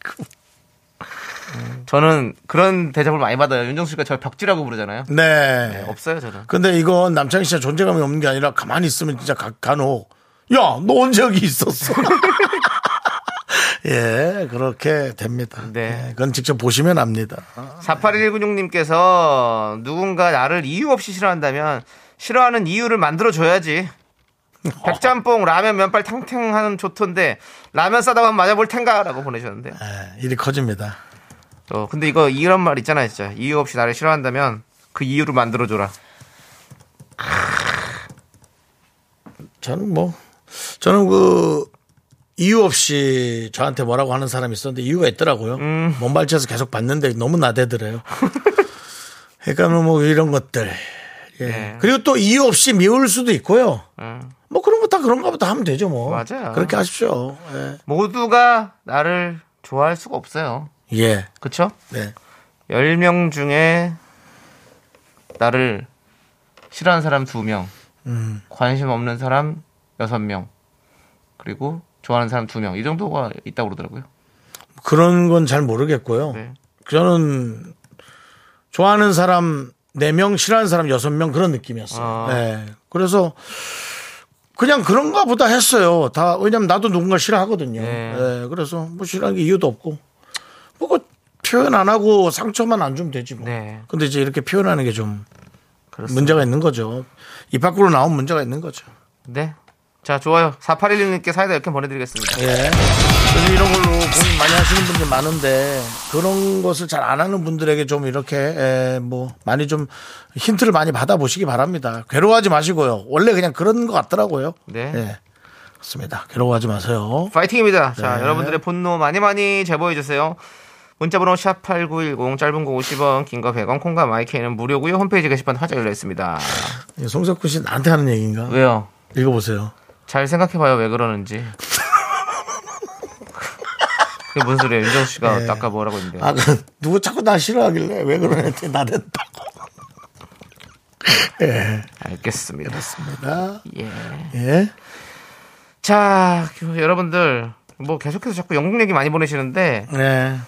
B: 저는 그런 대접을 많이 받아요. 윤정수 씨가 저 벽지라고 부르잖아요.
A: 네.
B: 없어요, 저는.
A: 근데 이건 남창희 씨가 존재감이 없는 게 아니라 가만히 있으면 진짜 가, 간혹 야, 너 언제 여기 있었어? 예, 그렇게 됩니다.
B: 네.
A: 예, 그건 직접 보시면 압니다.
B: 48116님께서 누군가 나를 이유 없이 싫어한다면 싫어하는 이유를 만들어줘야지. 백짬뽕, 라면, 면발, 탕탕 하는 좋던데 라면 싸다가 한번 맞아볼 텐가? 라고 보내주셨는데.
A: 예, 일이 커집니다.
B: 어, 근데 이거 이런 말 있잖아요, 진짜. 이유 없이 나를 싫어한다면 그 이유를 만들어줘라.
A: 저는 뭐, 저는 그 이유 없이 저한테 뭐라고 하는 사람이 있었는데 이유가 있더라고요.
B: 음.
A: 몸발치에서 계속 봤는데 너무 나대더래요. 그러니까 뭐 이런 것들. 예.
B: 네.
A: 그리고 또 이유 없이 미울 수도 있고요.
B: 음.
A: 뭐 그런 거 다 그런가 보다 하면 되죠 뭐.
B: 맞아요.
A: 그렇게 하십시오. 예.
B: 모두가 나를 좋아할 수가 없어요.
A: 예.
B: 그쵸?
A: 네.
B: 10명 중에 나를 싫어하는 사람 2명, 음. 관심 없는 사람 6명, 그리고 좋아하는 사람 2명. 이 정도가 있다고 그러더라고요.
A: 그런 건 잘 모르겠고요.
B: 네.
A: 저는 좋아하는 사람 4명, 싫어하는 사람 6명 그런 느낌이었어요.
B: 아.
A: 네. 그래서 그냥 그런가 보다 했어요. 다, 왜냐면 나도 누군가 싫어하거든요.
B: 네.
A: 네, 그래서 뭐 싫어하는 게 이유도 없고. 뭐 그거 표현 안 하고 상처만 안 주면 되지 뭐.
B: 네.
A: 근데 이제 이렇게 표현하는 게 좀
B: 그렇습니다.
A: 문제가 있는 거죠. 입 밖으로 나온 문제가 있는 거죠.
B: 네. 자, 좋아요. 4816님께 사이다 이렇게 보내드리겠습니다.
A: 예. 요즘 이런 걸로 고민 많이 하시는 분들 많은데 그런 것을 잘 안 하는 분들에게 좀 이렇게 에, 뭐 많이 좀 힌트를 많이 받아보시기 바랍니다. 괴로워하지 마시고요. 원래 그냥 그런 것 같더라고요.
B: 네.
A: 예. 그렇습니다. 괴로워하지 마세요.
B: 파이팅입니다. 자,
A: 네.
B: 여러분들의 분노 많이 많이 제보해주세요. 문자번호 샵8910, 짧은 거 50원, 긴 거 100원, 콩과 마이크는 무료고요 홈페이지 게시판 화제 열려있습니다.
A: 예, 송석구 씨 나한테 하는 얘기인가?
B: 왜요?
A: 읽어보세요.
B: 잘 생각해봐요 왜 그러는지 그게 무슨 소리예요 윤정수 씨가
A: 예.
B: 네. 아까 뭐라고 했는데
A: 아, 그, 누구 자꾸 나 싫어하길래 왜 그러는데 나 됐다고.
B: 알겠습니다
A: 나,
B: 예.
A: 예.
B: 자 그, 여러분들 뭐 계속해서 자꾸 영국 얘기 많이 보내시는데
A: 네.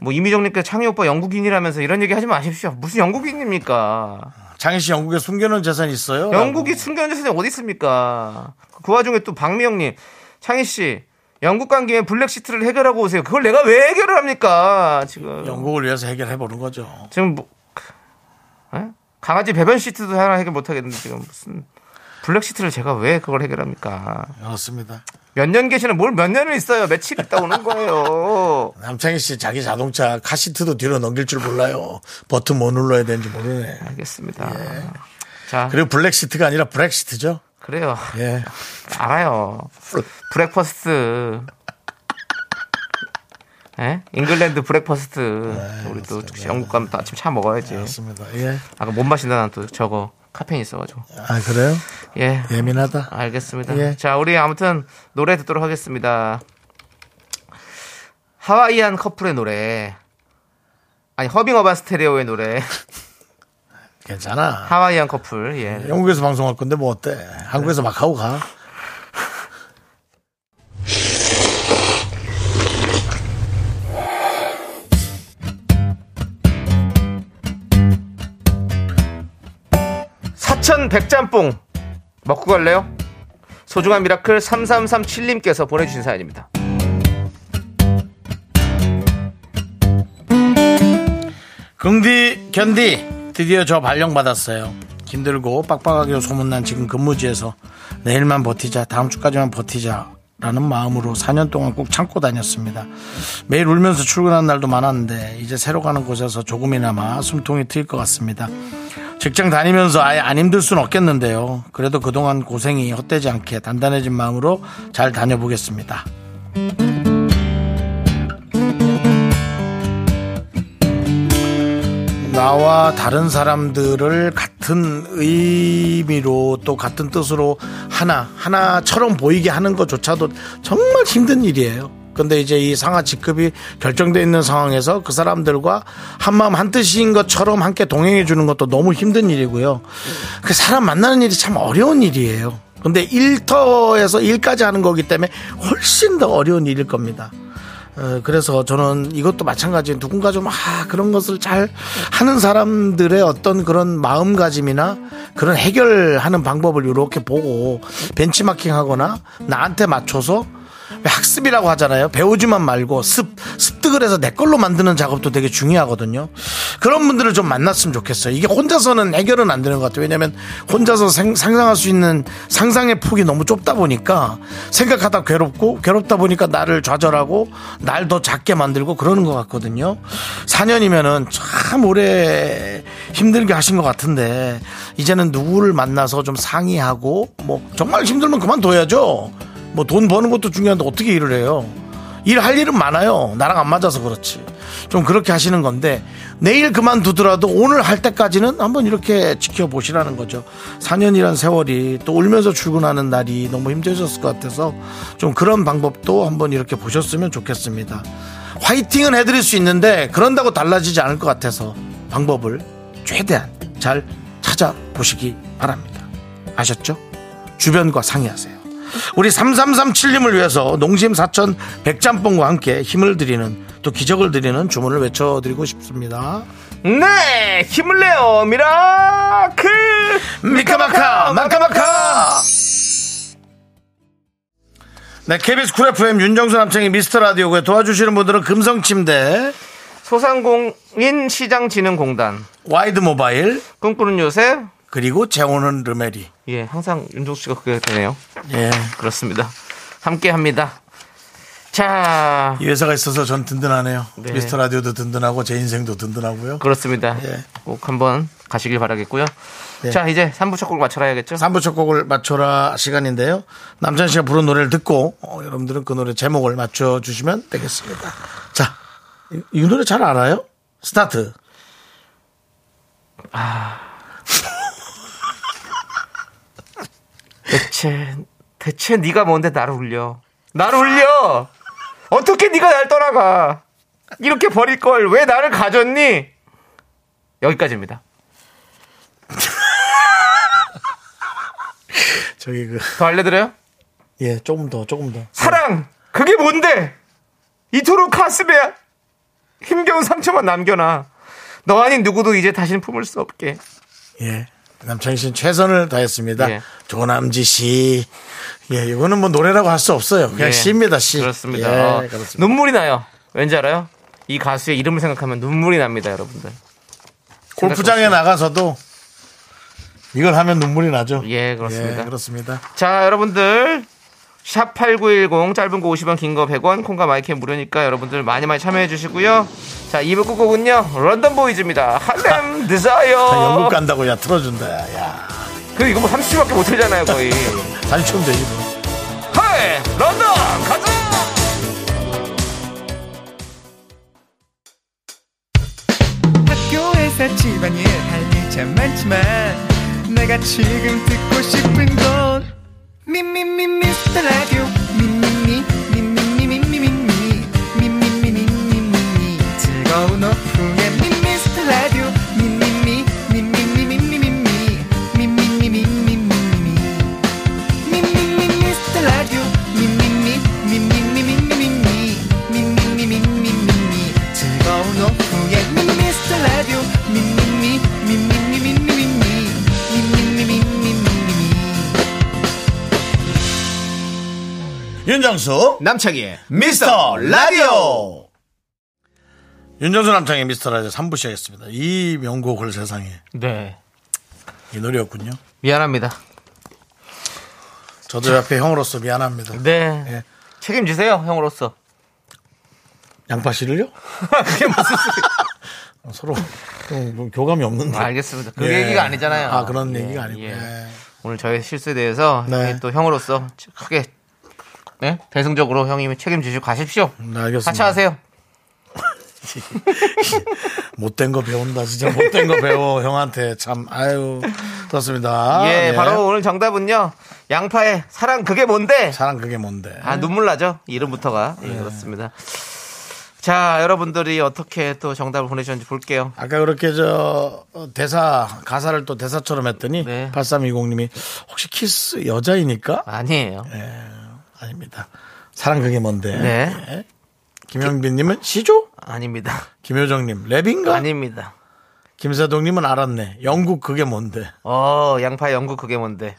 B: 뭐 이미정님께서 창희 오빠 영국인이라면서 이런 얘기 하지 마십시오 무슨 영국인입니까
A: 장희 씨 영국에 숨겨놓은 재산이 있어요?
B: 영국이 숨겨놓은 재산이 어디 있습니까? 그 와중에 또 박미영님, 창희 씨, 영국 간 김에 블랙시트를 해결하고 오세요. 그걸 내가 왜 해결을 합니까? 지금
A: 영국을 위해서 해결해 보는 거죠.
B: 지금 뭐, 에? 강아지 배변 시트도 하나 해결 못 하겠는데 지금 무슨 블랙시트를 제가 왜 그걸 해결합니까?
A: 그렇습니다.
B: 몇 년 계시는 뭘 몇 년을 있어요? 며칠 있다 오는 거예요.
A: 남창희 씨 자기 자동차 카시트도 뒤로 넘길 줄 몰라요. 버튼 뭐 눌러야 되는지 모르네.
B: 알겠습니다. 자,
A: 예. 그리고 블랙시트가 아니라 브렉시트죠.
B: 그래요.
A: 예.
B: 알아요. 브렉퍼스트. 예? 잉글랜드 브렉퍼스트. 우리 또 영국 가면 또 아침 차 먹어야지.
A: 맞습니다. 아, 예.
B: 아까 못 마신다 난 또 저거 카페인 있어가지고.
A: 아, 그래요?
B: 예.
A: 예민하다.
B: 알겠습니다.
A: 예.
B: 자, 우리 아무튼 노래 듣도록 하겠습니다. 하와이안 커플의 노래. 아니, 허빙 어반 스테레오의 노래.
A: 괜찮아.
B: 하와이안 커플. 예.
A: 영국에서 방송할 건데 뭐 어때? 한국에서 막 하고 가.
B: 사천 백짬뽕 먹고 갈래요? 소중한 미라클 3337님께서 보내주신 사연입니다.
A: 긍디 견디 드디어 저 발령 받았어요. 힘들고 빡빡하게 소문난 지금 근무지에서 내일만 버티자 다음 주까지만 버티자 라는 마음으로 4년 동안 꾹 참고 다녔습니다. 매일 울면서 출근하는 날도 많았는데 이제 새로 가는 곳에서 조금이나마 숨통이 트일 것 같습니다. 직장 다니면서 아예 안 힘들 순 없겠는데요. 그래도 그동안 고생이 헛되지 않게 단단해진 마음으로 잘 다녀보겠습니다. 나와 다른 사람들을 같은 의미로 또 같은 뜻으로 하나 하나처럼 보이게 하는 것조차도 정말 힘든 일이에요. 근데 이제 이 상하 직급이 결정돼 있는 상황에서 그 사람들과 한마음 한뜻인 것처럼 함께 동행해 주는 것도 너무 힘든 일이고요. 그 사람 만나는 일이 참 어려운 일이에요. 근데 일터에서 일까지 하는 거기 때문에 훨씬 더 어려운 일일 겁니다. 어, 그래서 저는 이것도 마찬가지 누군가 좀 아, 그런 것을 잘 하는 사람들의 어떤 그런 마음가짐이나 그런 해결하는 방법을 이렇게 보고 벤치마킹하거나 나한테 맞춰서 왜 학습이라고 하잖아요. 배우지만 말고 습 습득을 해서 내 걸로 만드는 작업도 되게 중요하거든요. 그런 분들을 좀 만났으면 좋겠어요. 이게 혼자서는 해결은 안 되는 것 같아요. 왜냐하면 혼자서 생- 상상할 수 있는 상상의 폭이 너무 좁다 보니까 생각하다 괴롭고 괴롭다 보니까 나를 좌절하고 날 더 작게 만들고 그러는 것 같거든요. 4년이면은 참 오래 힘들게 하신 것 같은데 이제는 누구를 만나서 좀 상의하고 뭐 정말 힘들면 그만둬야죠. 뭐 돈 버는 것도 중요한데 어떻게 일을 해요? 일할 일은 많아요. 나랑 안 맞아서 그렇지. 좀 그렇게 하시는 건데 내일 그만두더라도 오늘 할 때까지는 한번 이렇게 지켜보시라는 거죠. 4년이란 세월이 또 울면서 출근하는 날이 너무 힘드셨을 것 같아서 좀 그런 방법도 한번 이렇게 보셨으면 좋겠습니다. 화이팅은 해드릴 수 있는데 그런다고 달라지지 않을 것 같아서 방법을 최대한 잘 찾아보시기 바랍니다. 아셨죠? 주변과 상의하세요. 우리 3337님을 위해서 농심 사천 백짬뽕과 함께 힘을 드리는 또 기적을 드리는 주문을 외쳐드리고 싶습니다.
B: 네! 힘을 내요! 미라클!
A: 미카마카 마카마카 네, KBS 쿨 FM 윤정수 남창희 미스터 라디오고요. 도와주시는 분들은 금성침대,
B: 소상공인 시장진흥공단,
A: 와이드 모바일,
B: 꿈꾸는 요새,
A: 그리고 재혼은 르메리.
B: 예, 항상 윤종수 씨가 그게 되네요.
A: 예.
B: 그렇습니다. 함께 합니다. 자,
A: 이 회사가 있어서 전 든든하네요.
B: 네.
A: 미스터 라디오도 든든하고 제 인생도 든든하고요.
B: 그렇습니다.
A: 예.
B: 꼭 한번 가시길 바라겠고요.
A: 네.
B: 자, 이제 3부 첫 곡 맞춰라야겠죠?
A: 3부 첫 곡을 맞춰라 시간인데요. 남찬 씨가 부른 노래를 듣고 어, 여러분들은 그 노래 제목을 맞춰주시면 되겠습니다. 자, 이, 이 노래 잘 알아요? 스타트.
B: 대체 대체 네가 뭔데 나를 울려? 나를 울려! 어떻게 네가 날 떠나가? 이렇게 버릴 걸 왜 나를 가졌니? 여기까지입니다.
A: 저기 그,
B: 더 알려드려요?
A: 예, 조금 더, 조금 더.
B: 사랑 그게 뭔데? 이토록 가슴에 힘겨운 상처만 남겨놔. 너 아닌 누구도 이제 다시는 품을 수 없게
A: 예. 남창희 씨는 최선을 다했습니다.
B: 예.
A: 조남지 씨. 예, 이거는 뭐 노래라고 할 수 없어요. 그냥
B: 예,
A: 시입니다, 시.
B: 그렇습니다.
A: 예,
B: 어,
A: 그렇습니다.
B: 눈물이 나요. 왠지 알아요? 이 가수의 이름을 생각하면 눈물이 납니다, 여러분들.
A: 골프장에 나가서도 이걸 하면 눈물이 나죠.
B: 예, 그렇습니다.
A: 예, 그렇습니다.
B: 자, 여러분들. 샵 8910 짧은 거 50원 긴 거 100원 콩과 마이크 무료니까 여러분들 많이 많이 참여해 주시고요. 자, 2부 끝곡은요. 런던 보이즈입니다. 할렘
A: 자, 아, 영국
B: 디자이어.
A: 간다고 야 틀어준다. 야,
B: 그 이거 뭐 30초밖에 못 틀잖아요, 거의.
A: 다시 추면 되지. 뭐.
B: 헐! 런던 가자!
F: 학교에서 집안일 할 일 참 많지만 내가 지금 듣고 싶은 건 미미미 미스터 라디오 미미미 미미미 미미미 미미미 미미미 즐거운 오후에 미스터 라디오 미미미 미미미 미미미 미미미 미미미 미미미 미스터 라디오 미미미 미미미 미미미 미미미 미미미 즐거운 오후에 미스터 라디오 미미미 미미미 미미미 미미미 미미미
G: 윤정수
B: 남창희의
G: 미스터 라디오
A: 윤정수 남창의 미스터 라디오 3부 시작했습니다. 이 명곡을 세상에
B: 네.
A: 이 노래였군요.
B: 미안합니다.
A: 저도 옆에 형으로서 미안합니다.
B: 네.
A: 예.
B: 책임지세요, 형으로서.
A: 양파 씨를요?
B: 그게 무슨
A: 어, 서로 좀, 좀 교감이 없는데.
B: 알겠습니다. 네. 그
A: 예.
B: 얘기가 아니잖아요.
A: 아, 그런
B: 예,
A: 얘기가 아니고.
B: 예.
A: 예.
B: 오늘 저의 실수에 대해서
A: 네.
B: 형이 또 형으로서 크게 예? 대승적으로 형님이 책임지시고 가십시오.
A: 네, 알겠습니다.
B: 같이 하세요.
A: 못된 거 배운다. 진짜 못된 거 배워. 형한테 참 아유. 그렇습니다.
B: 예,
A: 네.
B: 바로 오늘 정답은요. 양파의 사랑 그게 뭔데?
A: 사랑 그게 뭔데?
B: 아, 눈물 나죠? 이름부터가.
A: 네.
B: 예, 그렇습니다. 자, 여러분들이 어떻게 또 정답을 보내주셨는지 볼게요.
A: 아까 그렇게 저 어, 대사 가사를 또 대사처럼 했더니
B: 네.
A: 8320님이 혹시 키스 여자이니까?
B: 아니에요.
A: 네. 아닙니다. 사랑 그게 뭔데?
B: 네.
A: 예. 김영빈님은 시조?
B: 아닙니다.
A: 김효정님 랩인가?
B: 아닙니다.
A: 김사동님은 알았네. 영국 그게 뭔데?
B: 어, 양파 영국 그게 뭔데?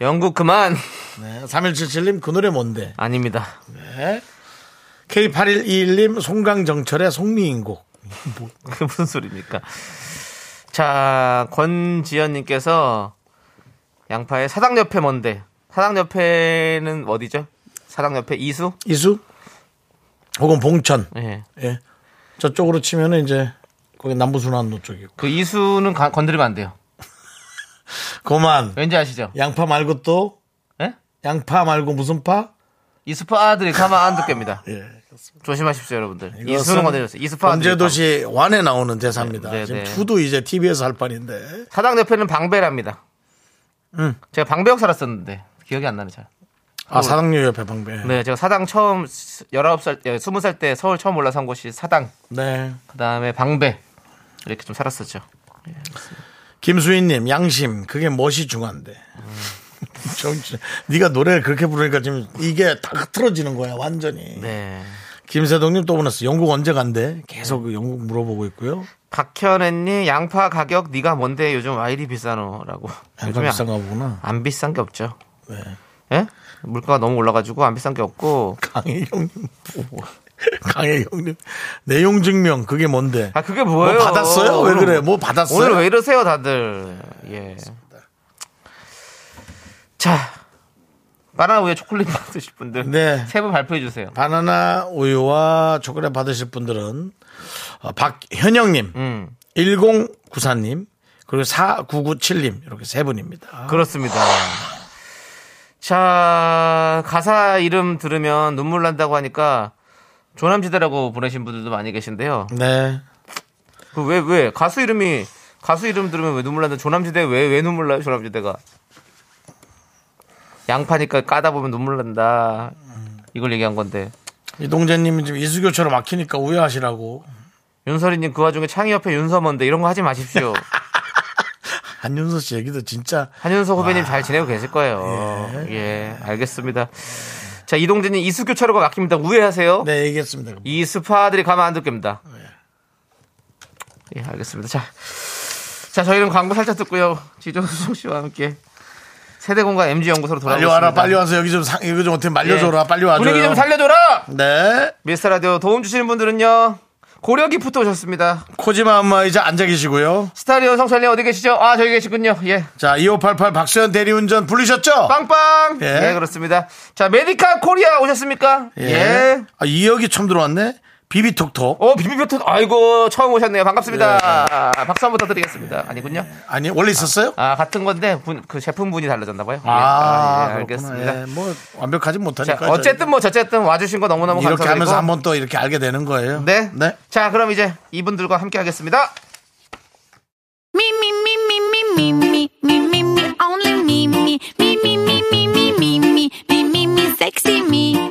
B: 영국 그만.
A: 네. 3177님 그 노래 뭔데?
B: 아닙니다.
A: K8121님 송강정철의 송미인곡.
B: 그게 무슨 소리입니까? 자, 권지연님께서 양파의 사당 옆에 뭔데? 사당 옆에는 어디죠? 사당 옆에 이수?
A: 이수? 혹은 봉천.
B: 예.
A: 예. 저쪽으로 치면은 이제 거기 남부순환로 쪽이고.
B: 그 이수는 가- 건드리면 안 돼요.
A: 그만.
B: 왠지 아시죠?
A: 양파 말고 또
B: 예?
A: 양파 말고 무슨 파?
B: 이수파들이 가만 안 듣겠습니다.
A: 예.
B: 조심하십시오, 여러분들.
A: 이것은
B: 이수는 건드렸어요. 이수파들.
A: 범죄도시 완에 나오는 대사입니다.
B: 네, 네,
A: 지금
B: 네.
A: 투도 이제 TV에서 할 판인데.
B: 사당 옆에는 방배랍니다.
A: 음.
B: 제가 방배역 살았었는데 기억이 안 나네, 잘.
A: 아, 사당류 옆에 방배. 네.
B: 네, 제가 사당 처음 19살, 예, 20살 때 서울 처음 올라선 곳이 사당.
A: 네.
B: 그 다음에 방배 이렇게 좀 살았었죠.
A: 김수인님, 양심. 그게 멋이 중요한데.
B: 음.
A: 정 네가 노래를 그렇게 부르니까 지금 이게 다 틀어지는 거야, 완전히.
B: 네.
A: 김세동님 또 보냈어. 영국 언제 간대? 계속 영국 물어보고 있고요.
B: 박현애님 양파 가격 네가 뭔데 요즘 와 이리 비싸노라고.
A: 약간
B: 요즘에
A: 비싼가 보구나.
B: 안 비싼 게 없죠.
A: 네.
B: 예? 물가가 너무 올라가지고 안 비싼 게 없고.
A: 강의 형님. 뭐. 강의 형님. 내용 증명, 그게 뭔데?
B: 아 그게 뭐예요?
A: 뭐 받았어요? 왜
B: 오늘
A: 그래? 뭐 받았어요?
B: 오늘 왜 이러세요 다들? 예. 자. 바나나 우유 초콜릿 받으실 분들
A: 네.
B: 세 분 발표해 주세요.
A: 바나나 우유와 초콜릿 받으실 분들은 어, 박현영님,
B: 음.
A: 1094님, 그리고 4997님 이렇게 세 분입니다.
B: 그렇습니다. 자, 가사 이름 들으면 눈물 난다고 하니까 조남지대라고 보내신 분들도 많이 계신데요.
A: 네.
B: 그 왜, 왜? 가수 이름이, 가수 이름 들으면 왜 눈물 난다? 조남지대 왜, 왜 눈물 나요, 조남지대가? 양파니까 까다 보면 눈물 난다. 이걸 얘기한 건데.
A: 이동재님이 지금 이수교처럼 막히니까 우회하시라고.
B: 윤설이님 그 와중에 창의 옆에 윤서먼데 이런 거 하지 마십시오.
A: 한윤서 씨 얘기도 진짜
B: 한윤서 후배님 잘 지내고 계실 거예요. 예, 알겠습니다. 자, 이동재님 이수교차로가 막힙니다. 우회하세요.
A: 네 얘기했습니다.
B: 이 스파들이 가만 안 듣겠습니다. 예, 알겠습니다. 자, 자, 저희는 광고 살짝 듣고요. 지조수송 씨와 함께 세대공과 MG연구소로
A: 빨리
B: 돌아오겠습니다.
A: 와라, 빨리 와서 여기 좀, 상, 여기 좀 어떻게 말려줘라,
B: 예.
A: 빨리 와줘.
B: 분위기 좀 살려줘라!
A: 네.
B: 미스터 라디오 도움 주시는 분들은요. 고려기프트 오셨습니다.
A: 코지마 엄마 이제 앉아 계시고요.
B: 스타리온 성철님 어디 계시죠? 아, 저기 계시군요. 예.
A: 자, 2588 박수현 대리운전 불리셨죠?
B: 빵빵!
A: 예.
B: 예, 그렇습니다. 자, 메디카 코리아 오셨습니까?
A: 예.
B: 예.
A: 아, 2억이 처음 들어왔네? 비비톡톡.
B: 어, 비비표트, 아이고, 처음 오셨네요. 반갑습니다. 박수 한번 부탁드리겠습니다. 아니군요.
A: 아니, 원래 있었어요?
B: 아, 같은 건데, 분, 그 제품분이 달라졌나봐요.
A: 아,
B: 예,
A: 그렇구나.
B: 알겠습니다.
A: 예, 뭐, 완벽하지
B: 자,
A: 못하니까.
B: 어쨌든 뭐, 저쨌든 와주신 거 너무너무
A: 저희가. 이렇게
B: 감사드리고.
A: 하면서 한 번 또 이렇게 알게 되는 거예요.
B: 네.
A: 네.
B: 자, 그럼 이제 이분들과 함께 하겠습니다.
E: Me, me, me, me, me, me, me, me, me, me, only me, me, me, me, me, me, me, me, me, me, me, me, sexy me.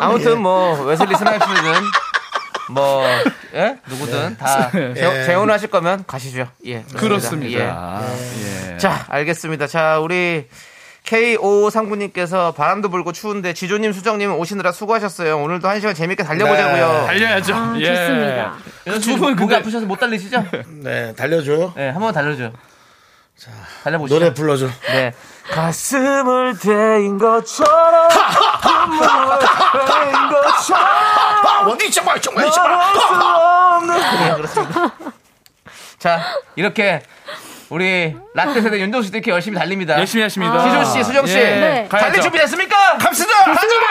B: 아무튼 뭐 웨슬리 스나이프든 뭐 예?
A: 네.
B: 누구든 다
H: 예.
B: 재- 재혼하실 거면 가시죠. 예.
H: 그렇습니다. 예.
B: 예. 자, 알겠습니다. 자, 우리 K539님께서 바람도 불고 추운데 지조님, 수정님 오시느라 수고하셨어요. 오늘도 한 시간 재밌게
A: 네.
B: 달려보자고요.
H: 달려야죠.
I: 아,
H: 예.
I: 좋습니다.
H: 두분
B: 목이
H: 근데
B: 아프셔서 못 달리시죠?
A: 네, 달려줘요.
B: 네, 한번 달려줘요. 달려보시죠.
A: 노래 불러줘.
B: 네. 가슴을 대인 것처럼 눈물을 흘린 것처럼
A: 아, 어디 정말 정말 정말.
B: 네, 그렇습니다. 자, 이렇게 우리 라떼 세대 윤종 씨도 이렇게 열심히 달립니다. 아.
H: 열심히 하십니다.
B: 지조 씨, 수정 씨, 달릴
I: 네.
H: 가야죠.
B: 준비 됐습니까? 갑시다.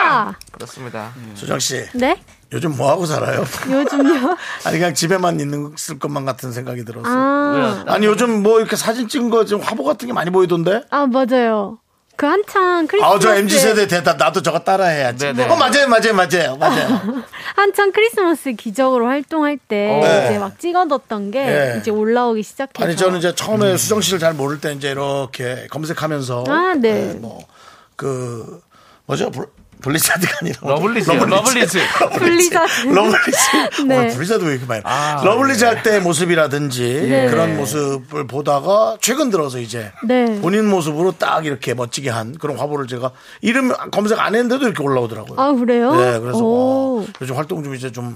I: 아,
B: 그렇습니다.
A: 수정 씨,
I: 네?
A: 요즘 뭐 하고 살아요?
I: 요즘요?
A: 아니 그냥 집에만 있는 쓸 것만 같은 생각이 들었어.
I: 아,
A: 아니 요즘 뭐 이렇게 사진 찍은 거 지금 화보 같은 게 많이 보이던데?
I: 아 맞아요. 그 한창 크리스마스
A: 아저 mz 세대 대답 나도 저거 따라해야지.
B: 네네.
A: 어 맞아요 맞아요 맞아요 맞아요.
I: 한창 크리스마스 기적으로 활동할 때
A: 네.
I: 이제 막 찍어뒀던 게
A: 네.
I: 이제 올라오기 시작해서
A: 아니 저는 이제 처음에 수정 씨를 잘 모를 때 이제 이렇게 검색하면서 뭐,
I: 아, 네.
A: 뭐그 뭐죠 블- 블리자드가 아니라
H: 러블리즈. 러블리즈.
I: 블리자드.
A: 러블리즈.
I: 네.
A: 어, 블리자드 왜 이렇게 많이.
H: 아,
A: 러블리즈
H: 네.
A: 할 때 모습이라든지
I: 네.
A: 그런 모습을 보다가 최근 들어서 이제
I: 네.
A: 본인 모습으로 딱 이렇게 멋지게 한 그런 화보를 제가 이름 검색 안 했는데도 이렇게 올라오더라고요.
I: 아 그래요?
A: 네, 그래서
I: 오. 네.
A: 와, 요즘 활동 좀 이제 좀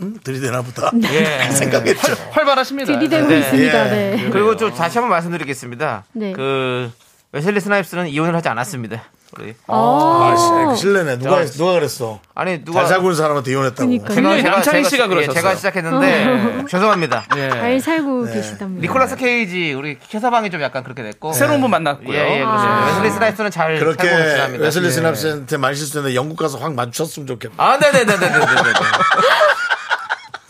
A: 음, 들이대나 보다.
B: 예.
A: 그 생각했죠.
H: 활발하십니다.
I: 들이대고
B: 네.
I: 있습니다.
A: 예.
I: 네.
B: 그리고 좀 다시 한번 말씀드리겠습니다.
I: 네.
B: 그 웨슬리 스나이프스는 이혼을 하지 않았습니다. 우리
I: 아,
A: 아, 실례네. 누가 누가 그랬어?
B: 아니 누가
A: 잘 살고 있는 사람한테 이혼했다고.
I: 그러니까 요
H: 분명히 남창희 씨가
B: 시-
H: 그러셨어요.
B: 예, 제가 시작했는데 죄송합니다.
I: 잘 살고
A: 네.
I: 계시답니다.
B: 니콜라스 케이지 우리 캐서방이 좀 약간 그렇게 됐고
H: 네. 새로운 분
B: 예,
H: 만났고요. 네.
B: 예, 그렇습니다. 웨슬리 스나이프스는 잘
A: 그렇게
B: 살고 계시답니다.
A: 웨슬리 스납스한테 많이 실수했는데 영국 가서 확 마주쳤으면 좋겠다.
B: 아, 네네네네네네. 아,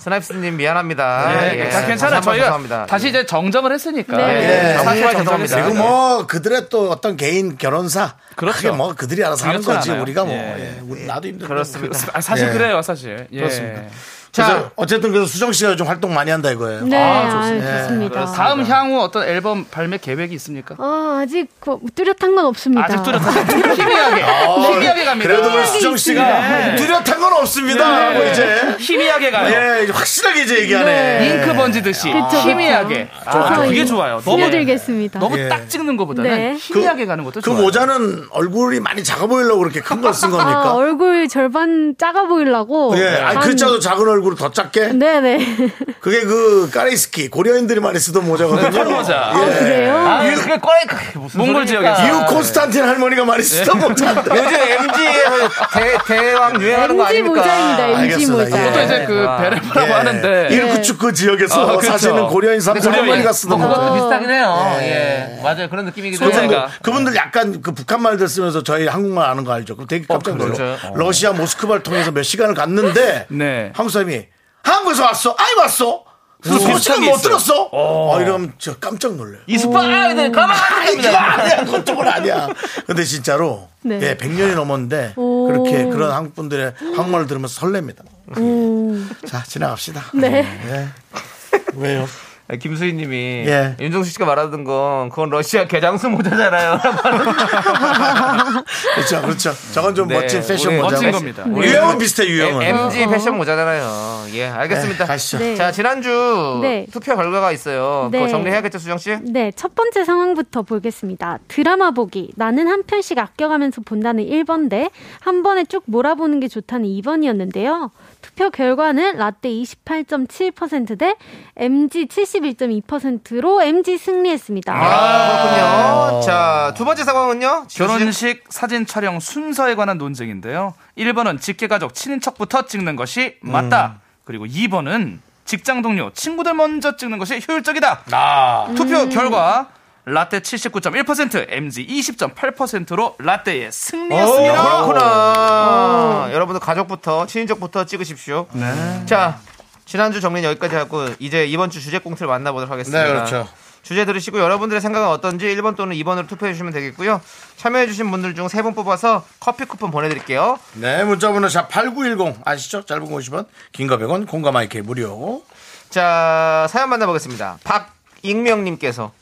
B: 스나이프스님 미안합니다.
H: 예,
B: 예,
H: 자, 괜찮아.
B: 다시 한번
H: 저희가
B: 죄송합니다.
H: 다시 이제 정정을 했으니까.
I: 네.
B: 예,
H: 예, 사실
B: 정말
H: 정정을
B: 죄송합니다.
A: 그리고
H: 했으니까.
A: 뭐 그들의 또 어떤 개인 결혼사
H: 그렇죠.
A: 그게 뭐 그들이 알아서 하는
H: 중요하진
A: 거지
H: 않아요.
A: 우리가 뭐
H: 예.
A: 예, 우리 나도 힘들고
B: 그렇습니다.
H: 아, 사실
A: 예.
H: 그래요, 사실. 예.
A: 그렇습니다.
B: 자,
A: 자 어쨌든 그래서 수정 씨가 요즘 활동 많이 한다 이거예요.
I: 네,
H: 아,
I: 아,
H: 좋습니다.
I: 좋습니다.
H: 다음
A: 그러니까.
H: 향후 어떤 앨범 발매 계획이 있습니까?
I: 아, 아직 그, 뚜렷한 건 없습니다.
H: 아직 뚜렷하게 희미하게 희미하게 갑니다.
A: 아, 그래도 우리
I: 네.
A: 수정 씨가
H: 있습니다.
A: 뚜렷한 건 없습니다.
H: 예.
A: 뭐 이제
H: 희미하게 가요.
A: 예 이제 확실하게 이제 얘기하네.
H: 잉크 번지듯이
I: 그쵸, 그쵸.
H: 희미하게. 아,
I: 그래서
H: 그게
I: 이-
H: 좋아요. 너무
I: 보여드리겠습니다.
H: 너무
A: 예.
H: 딱 찍는 것보다는
I: 네.
H: 희미하게 가는
A: 그
H: 것도 좋아요.
A: 모자는 얼굴이 많이 작아 보이려고 그렇게 큰 걸 쓴
I: 아,
A: 겁니까?
I: 얼굴 절반 작아 보이려고.
A: 예, 아니, 글자도 예. 작은 얼굴을 더 작게?
I: 네네.
A: 그게 그 까레이스키 고려인들이 많이 쓰던 모자거든요.
H: 네, 털 모자. 아,
A: 예.
I: 그래요?
B: 아, 그게 꼬레크 무슨 소리입니까?
H: 몽골 지역에서.
A: 이후 콘스탄틴 할머니가 많이
H: 네.
A: 쓰던 모자인데.
B: 요즘 MG에서 대, 대왕 유행하는 거
I: MG
B: 아닙니까?
I: 모자입니다. MG
A: 알겠습니다. 예.
I: 모자.
H: 그것도 이제 그
B: 아,
H: 베레모라고 하는데
A: 일구축 예. 그 지역에서
H: 아, 그렇죠.
A: 사시는 고려인 삼촌
H: 고려인. 아,
A: 할머니가 쓰던
B: 뭐
A: 모자.
B: 그것도 비슷하긴 해요. 예. 맞아요. 그런 느낌이기도 해요.
H: 네. 소재가.
A: 그분들,
H: 제가.
A: 그분들 약간 그 북한말들 쓰면서 저희 한국말 아는 거 알죠? 그럼 되게 깜짝 놀라요.
H: 그렇죠.
A: 러시아 모스크바를 통해서 몇 시간을 갔는데
H: 네.
A: 한국 사람이 한국에서 왔어? 아이 왔어? 그래서
H: 비슷한
A: 소식은
H: 게
A: 못
H: 있어요.
A: 들었어? 어, 이러면 저 깜짝 놀래요.
B: 이스파 이들 가만히
A: 아이, 그거 아니야. 그건 또 그건 아니야. 근데 진짜로
I: 네.
A: 예, 100년이 넘었는데
I: 오.
A: 그렇게 그런 한국 분들의 한국말을 들으면서 설렙니다.
I: 오.
A: 자, 지나갑시다.
I: 네.
A: 예. 왜요?
B: 아, 김수희님이
A: 예.
B: 윤종수 씨가 말하던 건 그건 러시아 개장수 모자잖아요.
A: 그렇죠, 그렇죠. 저건 좀 멋진 패션
B: 우리
A: 모자고.
H: 네, 멋진 겁니다. 네,
A: 유형은 비슷해, 유형은.
H: 어.
B: MG 패션 모자잖아요. 예, 알겠습니다.
A: 네, 가시죠.
I: 네.
B: 자, 지난주
I: 네.
B: 투표 결과가 있어요. 그거
I: 네.
B: 정리해야겠죠, 수정 씨?
I: 네, 첫 번째 상황부터 보겠습니다. 드라마 보기. 나는 한 편씩 아껴가면서 본다는 1번데, 한 번에 쭉 몰아보는 게 좋다는 2번이었는데요. 투표 결과는 라떼 28.7%대 MG 71.2%로 MG 승리했습니다.
B: 아, 그렇군요. 자, 두 번째 상황은요?
H: 결혼식 사진 촬영 순서에 관한 논쟁인데요. 1번은 직계가족 친인척부터 찍는 것이 맞다. 그리고 2번은 직장 동료 친구들 먼저 찍는 것이 효율적이다. 투표 결과 라떼 79.1% MG 20.8%로 라떼의 승리였습니다.
B: 그렇구나. 여러분들 가족부터, 친인척부터 찍으십시오.
H: 네.
B: 자, 지난주 정리는 여기까지 하고, 이제 이번 주 주제 꽁트를 만나보도록 하겠습니다.
A: 네, 그렇죠.
B: 주제 들으시고 여러분들의 생각은 어떤지 1번 또는 2번으로 투표해주시면 되겠고요. 참여해주신 분들 중 3분 뽑아서 커피 쿠폰 보내드릴게요.
A: 네, 문자번호 샵 8910 아시죠? 짧은 거 50원, 긴거 100원, 공감 마이크 무료.
B: 자, 사연 만나보겠습니다. 박익명님께서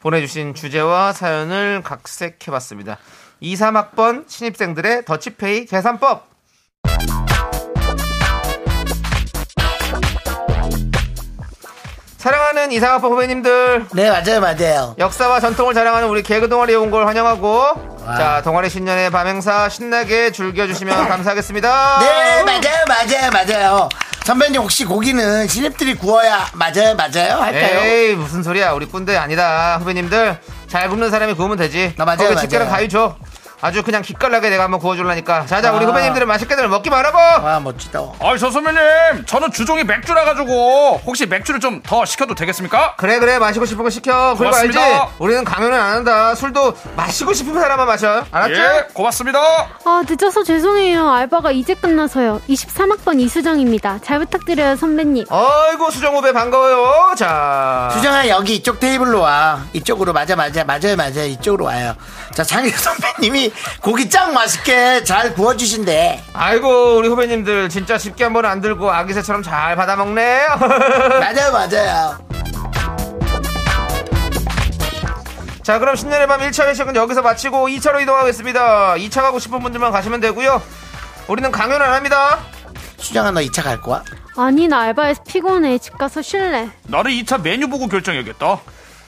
B: 보내주신 주제와 사연을 각색해봤습니다. 2, 3학번 신입생들의 더치페이 계산법. 사랑하는 이상학번 후배님들
A: 네, 맞아요, 맞아요.
B: 역사와 전통을 자랑하는 우리 개그 동아리에 온 걸 환영하고 자 동아리 신년의 밤행사 신나게 즐겨주시면 감사하겠습니다
A: 네, 맞아요, 맞아요, 맞아요. 선배님 혹시 고기는 신입들이 구워야 맞아요, 맞아요
B: 네.
A: 할까요?
B: 에이 무슨 소리야 우리 꼰대 아니다 후배님들 잘 굽는 사람이 구우면 되지
A: 나 맞아요,
B: 거기 집게랑
A: 맞아요.
B: 가위 줘 아주 그냥 기깔나게 내가 한번 구워줄라니까 자자
A: 아.
B: 우리 후배님들은 맛있게들 먹기만 하고
A: 와, 멋지다.
H: 아이 저 선배님 저는 주종이 맥주라 가지고 혹시 맥주를 좀 더 시켜도 되겠습니까?
B: 그래 그래 마시고 싶은 거 시켜 그리고 알지
H: 고맙습니다.
B: 우리는 강요는 안 한다 술도 마시고 싶은 사람만 마셔 알았지?
H: 예 고맙습니다.
I: 아, 늦어서 죄송해요. 알바가 이제 끝나서요. 23학번 이수정입니다. 잘 부탁드려요, 선배님.
B: 어이구 수정 후배 반가워요 자
A: 수정아 여기 이쪽 테이블로 와 이쪽으로 맞아 맞아 맞아요 맞아요 이쪽으로 와요 자 장희 선배님이 고기 짱 맛있게 잘 구워주신대
B: 아이고 우리 후배님들 진짜 집게 한 번 안 들고 아기새처럼 잘 받아먹네
A: 맞아요 맞아요
B: 자 그럼 신년의 밤 1차 회식은 여기서 마치고 2차로 이동하겠습니다 2차 가고 싶은 분들만 가시면 되고요 우리는 강연 안 합니다
A: 수정아 너 2차 갈 거야?
I: 아니, 나 알바에서 피곤해. 집 가서 쉴래.
H: 나는 2차 메뉴 보고 결정해야겠다.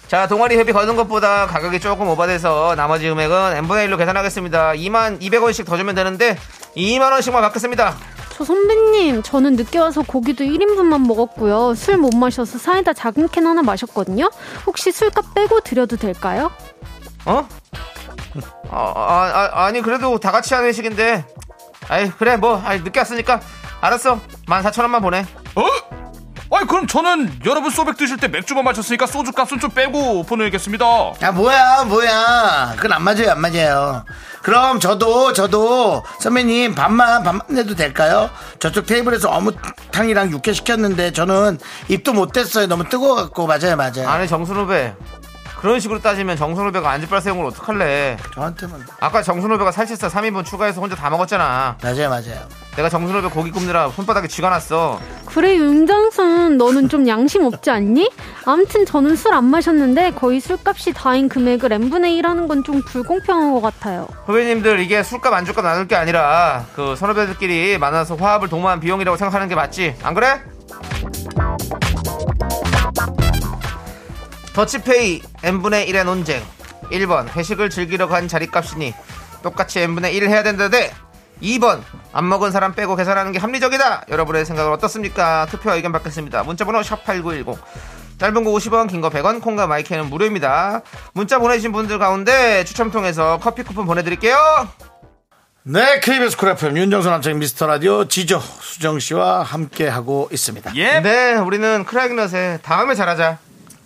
B: 자 동아리 회비 거둔 것보다 가격이 조금 오바돼서 나머지 금액은 n분의 1로 계산하겠습니다 2만 200원씩 더 주면 되는데 2만 원씩만 받겠습니다
I: 저 선배님, 저는 늦게 와서 고기도 1인분만 먹었고요. 술 못 마셔서 사이다 작은 캔 하나 마셨거든요. 혹시 술값 빼고 드려도 될까요?
B: 어? 아, 아, 아, 아니 그래도 다 같이 하는 회식인데 아이 그래 뭐 아이, 늦게 왔으니까 알았어 14,000원만 보내
H: 어? 아 아니 그럼 저는 여러분 소백 드실 때 맥주만 마셨으니까 소주 값은 좀 빼고 보내겠습니다.
A: 야 아, 뭐야 뭐야 그건 안 맞아요 안 맞아요 그럼 저도 저도 선배님 밥만 밥만 해도 될까요 저쪽 테이블에서 어묵탕이랑 육회 시켰는데 저는 입도 못 댔어요 너무 뜨거워갖고 맞아요 맞아요
B: 아니 정순호배 그런 식으로 따지면 정순호배가 안지빨 세운 걸 어떡할래
A: 저한테만
B: 아까 정순호배가 살치살 3인분 추가해서 혼자 다 먹었잖아
A: 맞아요 맞아요
B: 내가 정순호배 고기 굽느라 손바닥에 쥐가 났어
I: 그래 윤정순 너는 좀 양심 없지 않니? 아무튼 저는 술 안 마셨는데 거의 술값이 다인 금액을 n분의 1 하는 건 좀 불공평한 것 같아요.
B: 후배님들 이게 술값 안주값 나눌 게 아니라 그 선후배들끼리 만나서 화합을 도모한 비용이라고 생각하는 게 맞지 안 그래? 더치페이 n분의 1의 논쟁 1번 회식을 즐기러 간 자리값이니 똑같이 n분의 1 해야 된다대 2번 안 먹은 사람 빼고 계산하는 게 합리적이다 여러분의 생각은 어떻습니까? 투표 의견 받겠습니다 문자번호 샵8910 짧은 거 50원, 긴 거 100원, 콩과 마이크는 무료입니다. 문자 보내주신 분들 가운데 추첨 통해서 커피 쿠폰 보내드릴게요.
A: 네 KBS 쿨 FM 윤정수 남창 미스터 라디오 지조 수정 씨와 함께 하고 있습니다
H: 예.
B: 네, 우리는 크라이그넛의 다음에 잘하자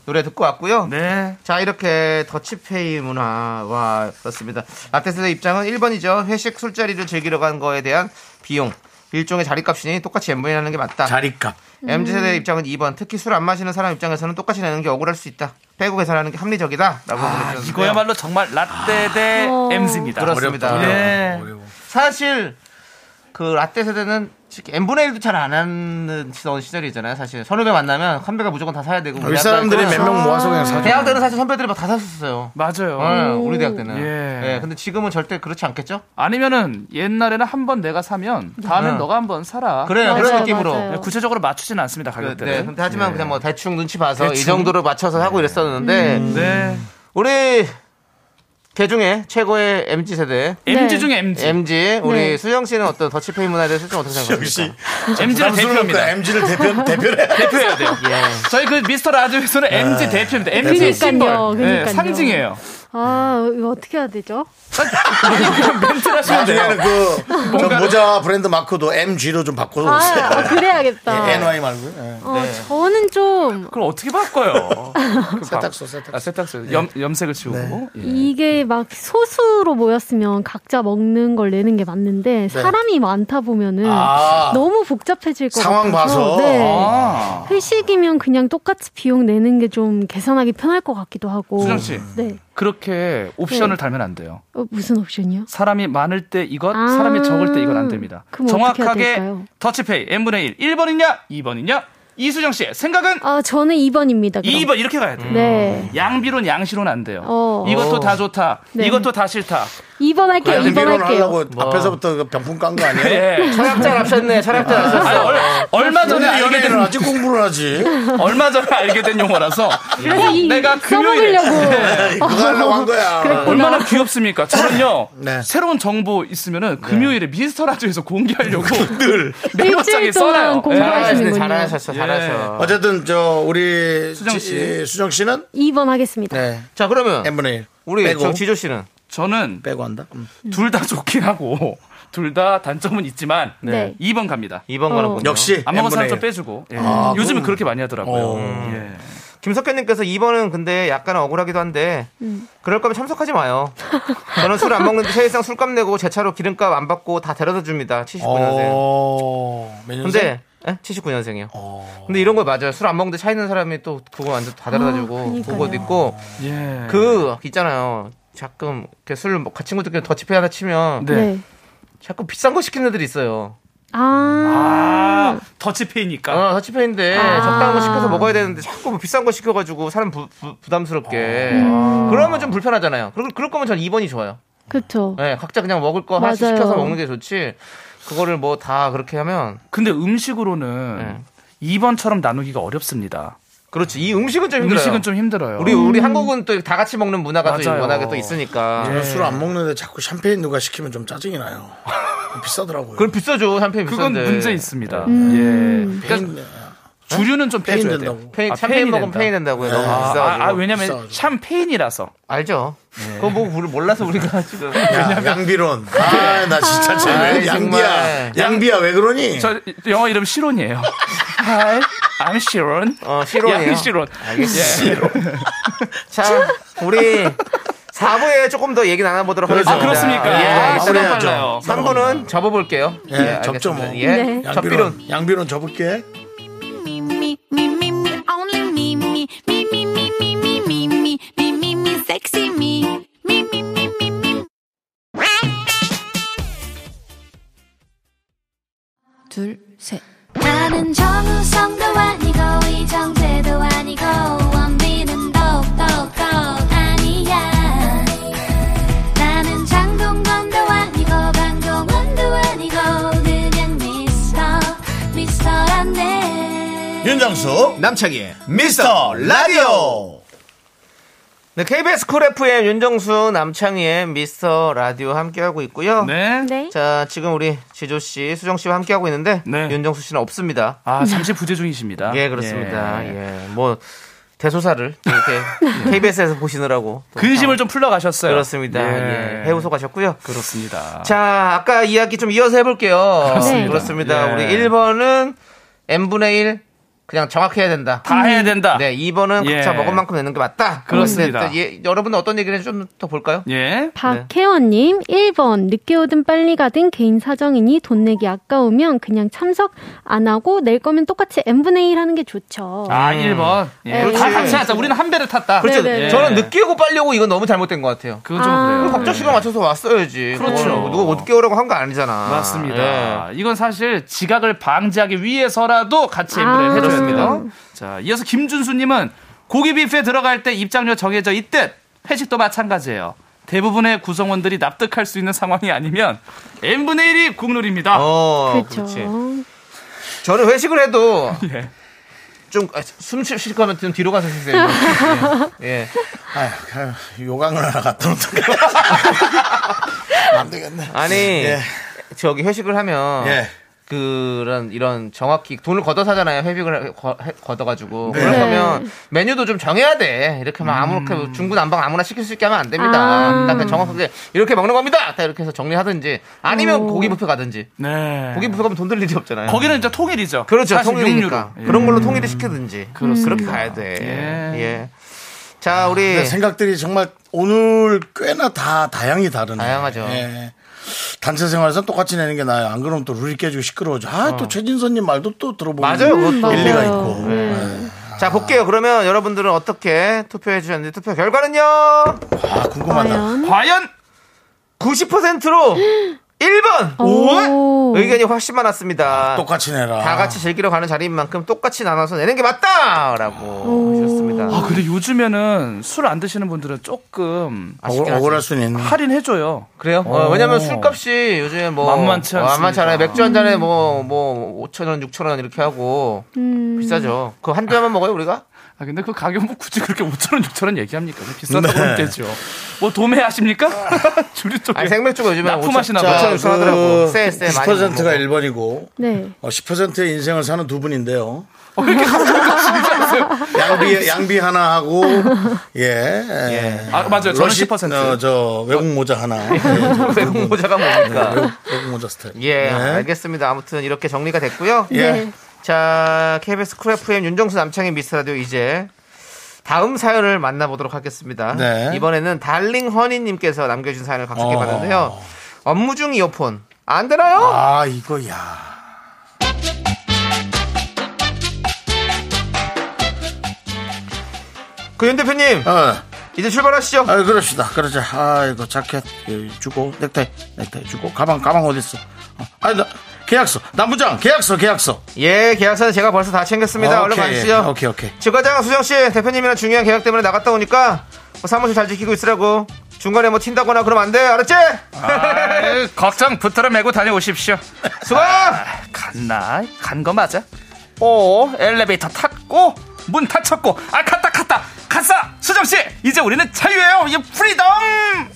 B: 노래 듣고 왔고요.
H: 네.
B: 자, 이렇게 더치페이 문화와 그렇습니다. 라테스의 입장은 1번이죠. 회식 술자리를 즐기러 간 거에 대한 비용. 일종의 자리값이니 똑같이 엠분이 하는 게 맞다. 음.
A: 자리값
B: MZ세대 입장은 2번. 특히 술 안 마시는 사람 입장에서는 똑같이 내는 게 억울할 수 있다. 빼고 계산하는 게 합리적이다. 라고 보내주셨는데
H: 이거야말로 정말 라떼 대
I: 어.
H: MZ입니다.
B: 그렇습니다.
A: 아,
B: 네.
A: 어렵다 어려워,
H: 예.
A: 어려워.
B: 사실 그 라떼 세대는 솔직히 n분의 1도 잘 안 하는 시절- 시절이잖아요. 사실 선후배 만나면 컴배가 무조건 다 사야 되고 우리
A: 아, 윗사람들이
B: 학교는-
A: 몇 명 음. 모아서 그냥 사줘
B: 대학 때는 사실 선배들이 막 다 샀었어요.
H: 맞아요.
B: 어, 우리 대학 때는.
H: 예.
B: 예. 근데 지금은 절대 그렇지 않겠죠?
H: 아니면은 옛날에는 한 번 내가 사면 다음엔
B: 응.
H: 너가 한 번 사라.
B: 그래요.
I: 맞아요,
B: 그런 느낌으로.
I: 맞아요.
H: 구체적으로 맞추진 않습니다
B: 그,
H: 가격대를.
B: 네. 근데 하지만
H: 예.
B: 그냥 뭐 대충 눈치 봐서 이
H: 대충.
B: 정도로 맞춰서 하고 이랬었는데
H: 네.
B: 우리 개 중에 최고의 MZ 세대
H: MG 네. 중에 MG.
B: MG 우리
I: 네.
B: 수영 씨는 어떤 더치페이 문화에 대해서 좀 어떻게
A: 역시 아, 그
B: 생각하십니까?
H: MG를 아, 대표입니다.
A: MG를 대표 대표래
H: 대표해야 돼요. 그 저희 그 미스터 라디오에서는 MG 대표입니다. MG
I: 그러니까요,
H: 심벌. 예,
I: 그러니까요.
H: 상징이에요.
I: 아 이거 어떻게 해야 되죠?
H: 멘트하시면
A: 나중에는
H: 돼요.
A: 그저 모자 브랜드 마크도 MG로 좀 바꿔서
I: 아,
A: 오세요.
I: 아, 그래야겠다.
A: 예, NY 말고요. 예.
I: 어, 저는 좀
H: 그걸 어떻게 바꿔요?
A: 세탁소 세탁소.
H: 아, 세탁소. 염, 염색을 치우고. 예.
I: 이게 막 소수로 모였으면 각자 먹는 걸 내는 게 맞는데 사람이 많다 보면은
A: 네. 아.
I: 너무 복잡해질 것
A: 상황 봐서.
I: 같아서 네.
H: 아.
I: 회식이면 그냥 똑같이 비용 내는 게 좀 계산하기 편할 것 같기도 하고.
H: 수정 씨.
I: 네.
H: 그렇게 옵션을
I: 네.
H: 달면 안 돼요.
I: 어, 무슨 옵션이요?
H: 사람이 많을 때 이것,
I: 아.
H: 사람이 적을 때 이것 안 됩니다.
I: 그럼 어떻게 해야
H: 정확하게
I: 될까요?
H: 더치페이 n분의 1, 1번이냐, 2번이냐? 이수정 씨의 생각은
I: 아, 저는 2번입니다.
H: 2번 이렇게 가야 돼요.
I: 네.
A: 음.
H: 양비론 양시론 안 돼요.
I: 어.
H: 이것도 다 좋다.
I: 네.
H: 이것도 다 싫다.
I: 2번 할게요.
A: 아니,
I: 2번
A: 미로는
I: 할게요.
A: 하려고 앞에서부터 그 병풍 깐 거 아니에요?
H: 예.
B: 철학자 납셨네. 철학자
H: 아니,
B: 납셨어.
H: 얼, 얼마 전에
A: 근데
H: 알게
A: 연애를
H: 된
A: 하지 공부를 하지.
H: 얼마 전에 알게 된 용어라서
I: 그래서 이
H: 내가 금요일에
I: 써먹으려고.
A: 네, 그거 하려고 한 거야.
H: 얼마나 귀엽습니까? 저는요
A: 네.
H: 새로운 정보 있으면은 금요일에 미스터 라디오에서 공개하려고 늘 메모장에
I: 일주일 동안
H: 써놔요. 네.
I: 공부하시- 하시는군요.
B: 잘하셨어. 잘하셔.
A: 어쨌든 저 우리
H: 수정 씨.
A: 지- 수정 씨는
I: 2번 하겠습니다.
A: 네.
B: 자 그러면
A: M분의 1
B: 우리
A: 빼고
B: 저 지조 씨는
H: 저는
A: 빼고 한다. 음.
H: 둘 다 좋긴 하고 둘 다 단점은 있지만
I: 네.
H: 2번 갑니다.
B: 2번 가는
I: 어.
B: 군
A: 역시
H: 안 먹은
B: 네,
H: 사람
A: M분의
H: 좀
A: 1.
H: 빼주고 예.
A: 아,
H: 요즘은
A: 그럼-
H: 그렇게 많이
A: 어.
H: 하더라고요. 예.
B: 김석현님께서 2번은 근데 약간 억울하기도 한데
I: 음.
B: 그럴 거면 참석하지 마요. 저는 술 안 먹는데 세일상 술값 내고 제 차로 기름값 안 받고 다 데려다 줍니다. 79년생.
A: 어. 몇 년생? 어.
B: 근데 예? 79년생이요. 근데 이런 거 맞아요. 술 안 먹는데 차 있는 사람이 또 그거 완전 다 데려다 주고
I: 아, 그러니까요.
B: 그것도 있고
H: 예.
B: 그 있잖아요. 가끔 이렇게 술 먹- 친구들끼리 더치페이 하다 치면
H: 네.
I: 네.
B: 자꾸 비싼 거 시키는 애들이 있어요.
I: 아,
H: 아 더치페이니까.
B: 어, 더치페이인데 적당한 거 시켜서 먹어야 되는데 자꾸 뭐 비싼 거 시켜가지고 사람 부, 담스럽게
I: 아.
B: 음. 그러면 좀 불편하잖아요. 그럴, 그럴 거면 전 2번이 좋아요.
I: 그쵸.
B: 예, 각자 그냥 먹을 거 하나씩
I: 맞아요.
B: 시켜서 먹는 게 좋지. 그거를 뭐 다 그렇게 하면 예.
H: 근데
B: 네.
H: 음식으로는 2번처럼 나누기가 어렵습니다.
B: 그렇지. 이 음식은 좀 힘들어요.
H: 음식은 좀 힘들어요.
B: 우리 우리 한국은 또 다 같이 먹는 문화가 또
H: 맞아요. 예.
B: 워낙에 또 있으니까.
A: 네. 술 안 먹는데 자꾸 샴페인 누가 시키면 좀 짜증이 나요. 비싸더라고요.
B: 그건 비싸죠. 샴페인
H: 그건
B: 비싼데. 네.
H: 문제 있습니다. 예.
A: 페인,
H: 그러니까 주류는 좀
A: 페인
H: 빼줘야
A: 된다고.
H: 돼요.
B: 페인,
H: 아,
B: 샴페인
H: 페인이
B: 먹으면
H: 된다.
B: 페인 된다고요. 너무
H: 아,
B: 비싸가지고.
H: 아, 아, 왜냐면
A: 비싸가지고.
H: 샴페인이라서.
B: 알죠. 그거 뭐 우리 몰라서 우리가 지금.
A: 야, 양비론. 아, 나 진짜 쟤왜
B: 아이, 정말.
A: 양비야. 양비야 왜 그러니?
H: 저 영어 이름 시론이에요. Hi, I'm Sharon.
B: 어, 시론이에요. 아,
H: 양 Sharon.
B: 알겠습니다. 자, 우리 4부에 조금 더 얘기 나눠보도록
A: 그렇죠.
B: 하겠습니다.
A: 아, 그렇습니까?
B: 예,
A: 아,
B: 일단은
A: 그래야죠.
B: 빨라요. 3부는 접어볼게요.
A: 예, 접죠, 뭐.
B: 예,
I: 네.
B: 접비론.
A: 양비론 양비론 접을게.
E: Me, me, me, me, me, only me, me, me, me, me, me, me, me, me, me, me, me, sexy me. Me, me, me, me, me. 나는 정우성도 아니고, 이정재도 아니고, 원빈은 더욱더 아니야. 나는 장동건도 아니고, 강동원도 아니고, 그냥 미스터, 미스터란데.
G: 윤정수
B: 남창희의
G: 미스터 라디오
B: 네, KBS 쿨 FM 윤정수 남창희의 미스터 라디오 함께하고 있고요.
H: 네.
I: 네.
B: 자, 지금 우리 지조 씨, 수정 씨와 함께하고 있는데
H: 네.
B: 윤정수 씨는 없습니다.
H: 아, 잠시 부재 중이십니다.
B: 예, 그렇습니다. 예. 뭐 대소사를 또 이렇게 KBS에서 보시느라고 또 다-
H: 근심을 그 좀 풀러가셨어요.
B: 그렇습니다. 예. 해우소 가셨고요.
H: 그렇습니다.
B: 자, 아까 이야기 좀 이어서 해볼게요.
I: 그렇습니다.
B: 그렇습니다.
H: 예.
B: 우리 1번은 n분의 1 그냥 정확해야 된다.
H: 다 해야 된다.
B: 네, 2번은
H: 예.
B: 각자 먹은 만큼 내는 게 맞다.
H: 그렇습니다.
B: 근데 예, 여러분은 어떤 얘기를 좀 더 볼까요?
H: 예.
I: 박혜원님, 1번, 늦게 오든 빨리 가든 개인 사정이니 돈 내기 아까우면 그냥 참석 안 하고 낼 거면 똑같이 n분의 1 하는 게 좋죠.
H: 아, 1번. 예.
I: 네.
H: 다
I: 네.
H: 같이 하자. 우리는 한 배를 탔다.
B: 그렇죠.
I: 네, 네.
B: 저는 늦게 오고 빨리 오고 이건 너무 잘못된 것 같아요.
H: 그건 좀
I: 아.
H: 그래요.
I: 그럼
B: 각자 시간 맞춰서 왔어야지.
H: 그렇죠.
B: 그거는 누가 늦게 오라고 한 거 아니잖아. 예.
H: 맞습니다. 이건 사실 지각을 방지하기 위해서라도 같이 엠브레
I: 아.
H: 해줘야
B: 그렇습니다.
H: 됩니다. 자, 이어서 김준수님은 고기 뷔페 들어갈 때 입장료 정해져 있듯 회식도 마찬가지예요. 대부분의 구성원들이 납득할 수 있는 상황이 아니면 n분의 1이 국룰입니다.
B: 어,
I: 그렇죠.
B: 그렇지. 저는 회식을 해도 아,
H: 예.
B: 좀숨쉴 거면 좀 뒤로 가서 쉬세요. 예. 예.
A: 아휴, 그냥 요강을 하나 갖다 놓던가. 안 되겠네.
B: 아니
A: 예.
B: 저기 회식을 하면
A: 예.
B: 그런 이런 정확히 돈을 걷어 사잖아요 회식을 거- 해- 걷어가지고
A: 네.
B: 그러면 메뉴도 좀 정해야 돼 이렇게 막
H: 음.
B: 아무렇게 중구난방 아무나 시킬 수 있게 하면 안 됩니다
I: 아.
B: 딱 그냥 정확하게 이렇게 먹는 겁니다 딱 이렇게 해서 정리하든지 아니면 고기 뷔페 가든지
H: 네.
B: 고기 뷔페 가면 돈 들 일이 없잖아요
H: 거기는 이제 통일이죠.
B: 그렇죠
H: 사실
B: 통일이니까
H: 육류로. 예.
B: 그런 걸로 통일을 시키든지 그렇게 가야 돼
H: 예. 아,
B: 예. 자 우리
A: 네, 생각들이 정말 오늘 꽤나 다 다양히 다르네.
B: 다양하죠.
A: 예. 단체 생활에서 똑같이 내는 게 나아요. 안 그러면 또 룰이 깨지고 시끄러워져. 아, 또 최진선님 말도 또 들어보면
B: 어.
A: 음,
B: 맞아요, 그것도. 음, 네.
A: 일리가
I: 맞아요.
A: 있고. 예.
B: 자 볼게요 그러면 여러분들은 어떻게 투표해 주셨는지 투표 결과는요
A: 아, 궁금하다.
I: 과연?
H: 과연
B: 90%로 1번
I: 오.
B: 의견이 훨씬 많았습니다.
A: 똑같이 내라.
B: 다 같이 즐기러 가는 자리인 만큼 똑같이 나눠서 내는 게 맞다라고 하셨습니다.
H: 아 근데 요즘에는 술 안 드시는 분들은 조금
A: 억-
B: 아쉽긴
A: 억울할
B: 하지.
A: 수는
H: 음.
A: 있는.
H: 할인해줘요.
B: 그래요? 어, 왜냐면 술값이 요즘에 뭐
H: 만만치
B: 어, 만만치
H: 않습니다.
B: 않아요. 맥주 한 잔에 뭐 뭐 5천 원, 6천 원 이렇게 하고
I: 음.
B: 비싸죠. 그 한 잔만 먹어요 우리가?
H: 아 근데 그 가격 뭐 굳이 그렇게 5천 원, 6천 원 얘기합니까? 그 비싸다고
A: 네.
H: 하면 되죠. 뭐 도매하십니까? 주류 쪽에.
B: 아니 생맥주가 요즘에
H: 납품하시나 봐요.
B: 5천 원
A: 그
B: 하더라고. 세세 많이 못
A: 90%가
B: 먹어.
A: 1번이고
I: 네.
A: 어, 10%의 인생을 사는 두 분인데요.
B: 어,
A: 양비 양비 하나 하고 예, 예.
H: 아, 맞아요. 저는 10%.
A: 어, 저 외국 모자 하나 예,
B: 네.
A: 저
B: 외국 모자가 뭡니까?
A: 네, 외국, 외국 모자 스타일
B: 그러니까. 예,
A: 네.
B: 알겠습니다. 아무튼 이렇게 정리가 됐고요.
A: 예.
I: 네.
B: 자, KBS 쿨 FM 윤정수 남창의 미스터라디오 이제 다음 사연을 만나보도록 하겠습니다.
A: 네.
B: 이번에는 달링 허니님께서 남겨준 사연을 각색해
A: 어.
B: 봤는데요. 업무 중 이어폰 안 되나요?
A: 아 이거야
B: 그 윤 대표님
A: 어,
B: 이제 출발하시죠.
A: 아 그럽시다 그러자 아 이거 자켓 예, 주고 넥타이 넥타이 주고 가방 가방 어디 있어 어, 아니 나 계약서 남부장 계약서 계약서
B: 예, 계약서는 제가 벌써 다 챙겼습니다. 얼른
A: 오케이,
B: 가시죠.
A: 예. 오케이 오케이
B: 지과장 수정 씨 대표님이랑 중요한 계약 때문에 나갔다 오니까 뭐 사무실 잘 지키고 있으라고 중간에 뭐 튄다거나 그러면 안 돼. 알았지?
A: 예.
H: 아유, 걱정 붙들어 메고 다녀오십시오.
B: 수고.
H: 갔나? 간 거 맞아? 오, 엘리베이터 탔고 문 닫혔고 아 갔다 갔다 갔어 수정 씨 이제 우리는 자유예요 이 프리덤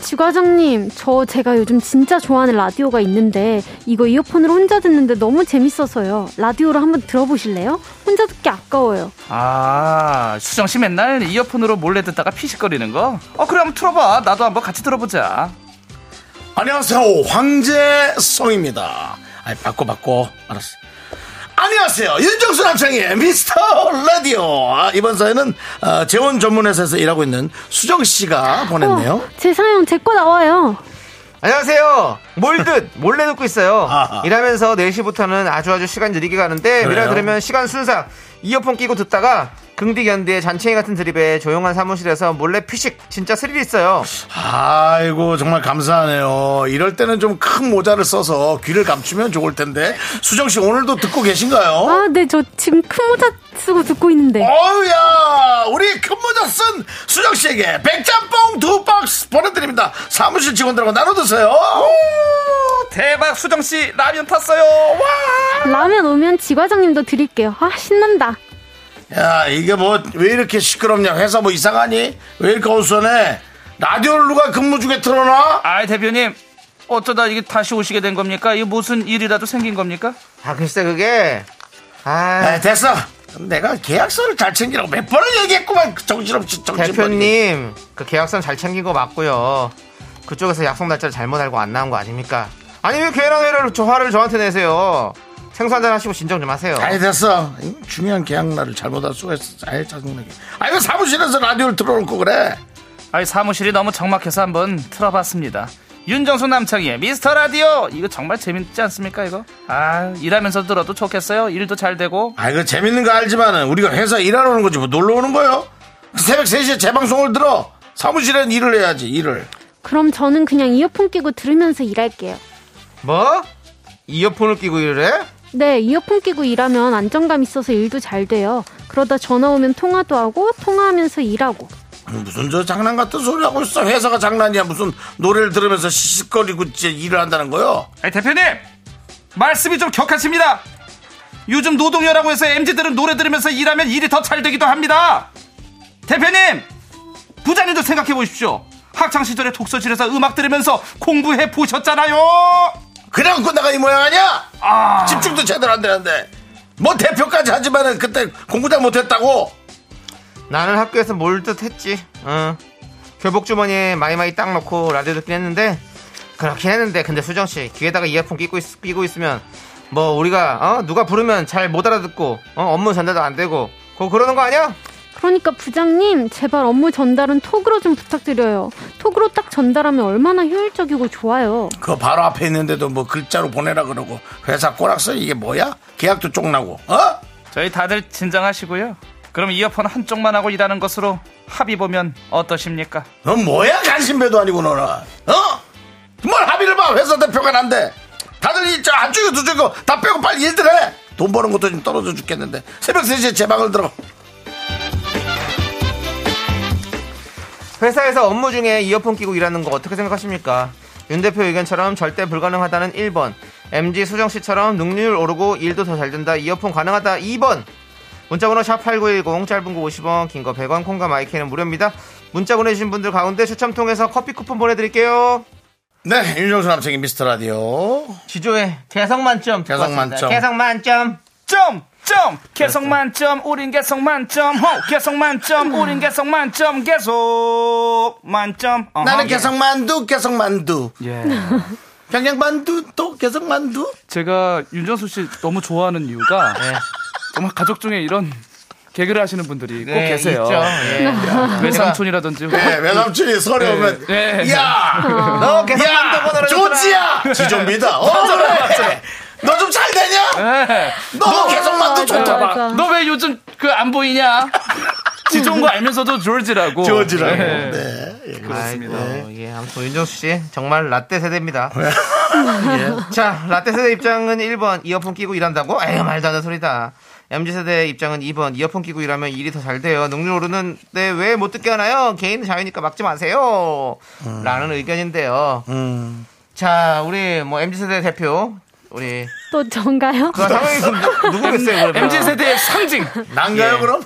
I: 지과장님, 저 제가 요즘 진짜 좋아하는 라디오가 있는데 이거 이어폰으로 혼자 듣는데 너무 재밌어서요. 라디오로 한번 들어보실래요? 혼자 듣기 아까워요.
H: 아 수정 씨 맨날 이어폰으로 몰래 듣다가 피식거리는 거어 그래 한번 틀어봐 나도 한번 같이 들어보자
A: 안녕하세요 황제성입니다 아이 바꿔 바꿔 알았어 안녕하세요. 윤정수 남창의 미스터 라디오. 아, 이번 사연은 아, 재혼 전문회사에서 일하고 있는 수정 씨가 보냈네요.
I: 어, 제 사연 제 거 나와요.
B: 안녕하세요. 몰듯 몰래 듣고 있어요.
A: 아하.
B: 일하면서 4시부터는 아주 아주 시간 느리게 가는데 미라 들으면 시간 순삭 이어폰 끼고 듣다가 긍디 견디의 잔챙이 같은 드립에 조용한 사무실에서 몰래 피식 진짜 스릴 있어요.
A: 아이고 정말 감사하네요. 이럴 때는 좀 큰 모자를 써서 귀를 감추면 좋을 텐데 수정 씨 오늘도 듣고 계신가요?
I: 아, 네, 저 지금 큰 모자 쓰고 듣고 있는데.
A: 어우야 우리 큰 모자 쓴 수정 씨에게 백짬뽕 두 박스 보내드립니다. 사무실 직원들하고 나눠 드세요.
H: 대박 수정 씨 라면 탔어요. 와!
I: 라면 오면 지과장님도 드릴게요. 아, 신난다.
A: 야 이게 뭐 왜 이렇게 시끄럽냐? 회사 뭐 이상하니? 왜 이렇게 어수선해? 라디오를 누가 근무 중에 틀어놔?
H: 아이 대표님 어쩌다 이게 다시 오시게 된 겁니까? 이게 무슨 일이라도 생긴 겁니까?
B: 아 글쎄 그게
A: 아,
B: 아
A: 됐어. 내가 계약서를 잘 챙기라고 몇 번을 얘기했구만 그 정신없이 정신
B: 대표님 그 계약서는 잘 챙긴 거 맞고요. 그쪽에서 약속 날짜를 잘못 알고 안 나온 거 아닙니까? 아니 왜 걔랑 회를 저 화를 저한테 내세요. 생수 한잔 하시고 진정 좀 하세요.
A: 아니 됐어 이 중요한 계약날을 잘못할 수가 있어 아예 짜증나게 아니 왜 사무실에서 라디오를 틀어놓고 그래
H: 아이 사무실이 너무 적막해서 한번 틀어봤습니다. 윤정수 남창희의 미스터 라디오 이거 정말 재밌지 않습니까 이거? 아 일하면서 들어도 좋겠어요. 일도 잘 되고
A: 아 이거 재밌는 거 알지만은 우리가 회사 일하러 오는 거지 뭐 놀러 오는 거요 새벽 3시에 재방송을 들어 사무실엔 일을 해야지 일을
I: 그럼 저는 그냥 이어폰 끼고 들으면서 일할게요.
B: 뭐? 이어폰을 끼고 일을 해?
I: 네, 이어폰 끼고 일하면 안정감 있어서 일도 잘 돼요. 그러다 전화 오면 통화도 하고 통화하면서 일하고.
A: 무슨 저 장난 같은 소리 하고 있어 회사가 장난이야 무슨 노래를 들으면서 시시거리고 이제 일을 한다는 거요
H: 아이 대표님 말씀이 좀 격하십니다. 요즘 노동요라고 해서 MZ들은 노래 들으면서 일하면 일이 더 잘 되기도 합니다. 대표님 부자님도 생각해 보십시오. 학창 시절에 독서실에서 음악 들으면서 공부해 보셨잖아요.
A: 그래갖고 내가 이 모양 아니야
H: 아.
A: 집중도 제대로 안 되는데 뭐 대표까지 하지만은 그때 공부 잘 못했다고
B: 나는 학교에서 몰듯 했지. 어. 교복 주머니에 마이마이 딱 넣고 라디오 듣긴 했는데 그렇긴 했는데 근데 수정 씨 귀에다가 이어폰 끼고 있, 끼고 있으면 뭐 우리가 어? 누가 부르면 잘 못 알아듣고 어? 업무 전달도 안 되고 그거 그러는 거 아니야?
I: 그러니까 부장님, 제발 업무 전달은 톡으로 좀 부탁드려요. 톡으로 딱 전달하면 얼마나 효율적이고 좋아요.
A: 그거 바로 앞에 있는데도 뭐 글자로 보내라 그러고 회사 꼬락서 이게 뭐야? 계약도 쪽나고 어?
H: 저희 다들 진정하시고요. 그럼 이어폰 한쪽만 하고 일하는 것으로 합의 보면 어떠십니까?
A: 넌 뭐야 간신배도 아니고 너는 어? 뭘 합의를 봐 회사 대표가 난데 다들 이저 한쪽이 두쪽이고 다 빼고 빨리 일들 해돈 버는 것도 좀 떨어져 죽겠는데 새벽 3시에 제 방을 들어
B: 회사에서 업무 중에 이어폰 끼고 일하는 거 어떻게 생각하십니까? 윤 대표 의견처럼 절대 불가능하다는 1번. MG 수정 씨처럼 능률 오르고 일도 더 잘 된다. 이어폰 가능하다. 2번. 문자번호 샵8910 짧은 거 50원 긴 거 100원 콩과 마이크는 무료입니다. 문자 보내주신 분들 가운데 추첨 통해서 커피 쿠폰 보내드릴게요.
A: 네 윤정수 남창의 미스터라디오
B: 지조의 개성 만점. 듣고
A: 개성
B: 왔습니다.
A: 만점.
B: 개성 만점.
H: 점! 점! 개성 만점, 우린 개성 만점, 호! 개성 만점, 우린 개성 만점, 계속 만점. 어허.
A: 나는 개성만두 개성만두
H: 예.
A: 평양만두 또 개성만두
H: 제가 윤정수 씨 너무 좋아하는 이유가 정말 가족 중에 이런 개그를 하시는 분들이 꼭
B: 네,
H: 계세요.
B: 있죠. 예.
H: 외삼촌이라든지.
A: 네, 외삼촌이 서류 어, 오면
H: 네. 네.
A: 예, 야, 너 계속 만들어 조지야, 지존비다. 어, 그래. 너좀 잘 되냐?
H: 예.
A: 너 계속 만두
B: 그렇죠.
A: 좋다.
I: 맞아.
H: 너 왜 요즘 그 안 보이냐? 지존 거 알면서도 조지라고.
A: 조지라고.
H: 예.
A: 네. 예,
B: 그렇습니다. 예, 아무튼 윤정수 씨 정말 라떼 세대입니다.
I: 예.
B: 자, 라떼 세대 입장은 1번 이어폰 끼고 일한다고? 에휴 말도 안 되는 소리다. MZ 세대 입장은 2번 이어폰 끼고 일하면 일이 더 잘 돼요. 능률 오르는데 왜 못 듣게 하나요? 개인 자유니까 막지 마세요.
A: 음.
B: 라는 의견인데요. 자, 우리 뭐 MZ 세대 대표 우리
I: 또 전가요?
B: 그 상황이 지금 누- 누구겠어요? 그러면?
H: MZ 세대의 상징.
A: 난가요
B: 예.
A: 그럼?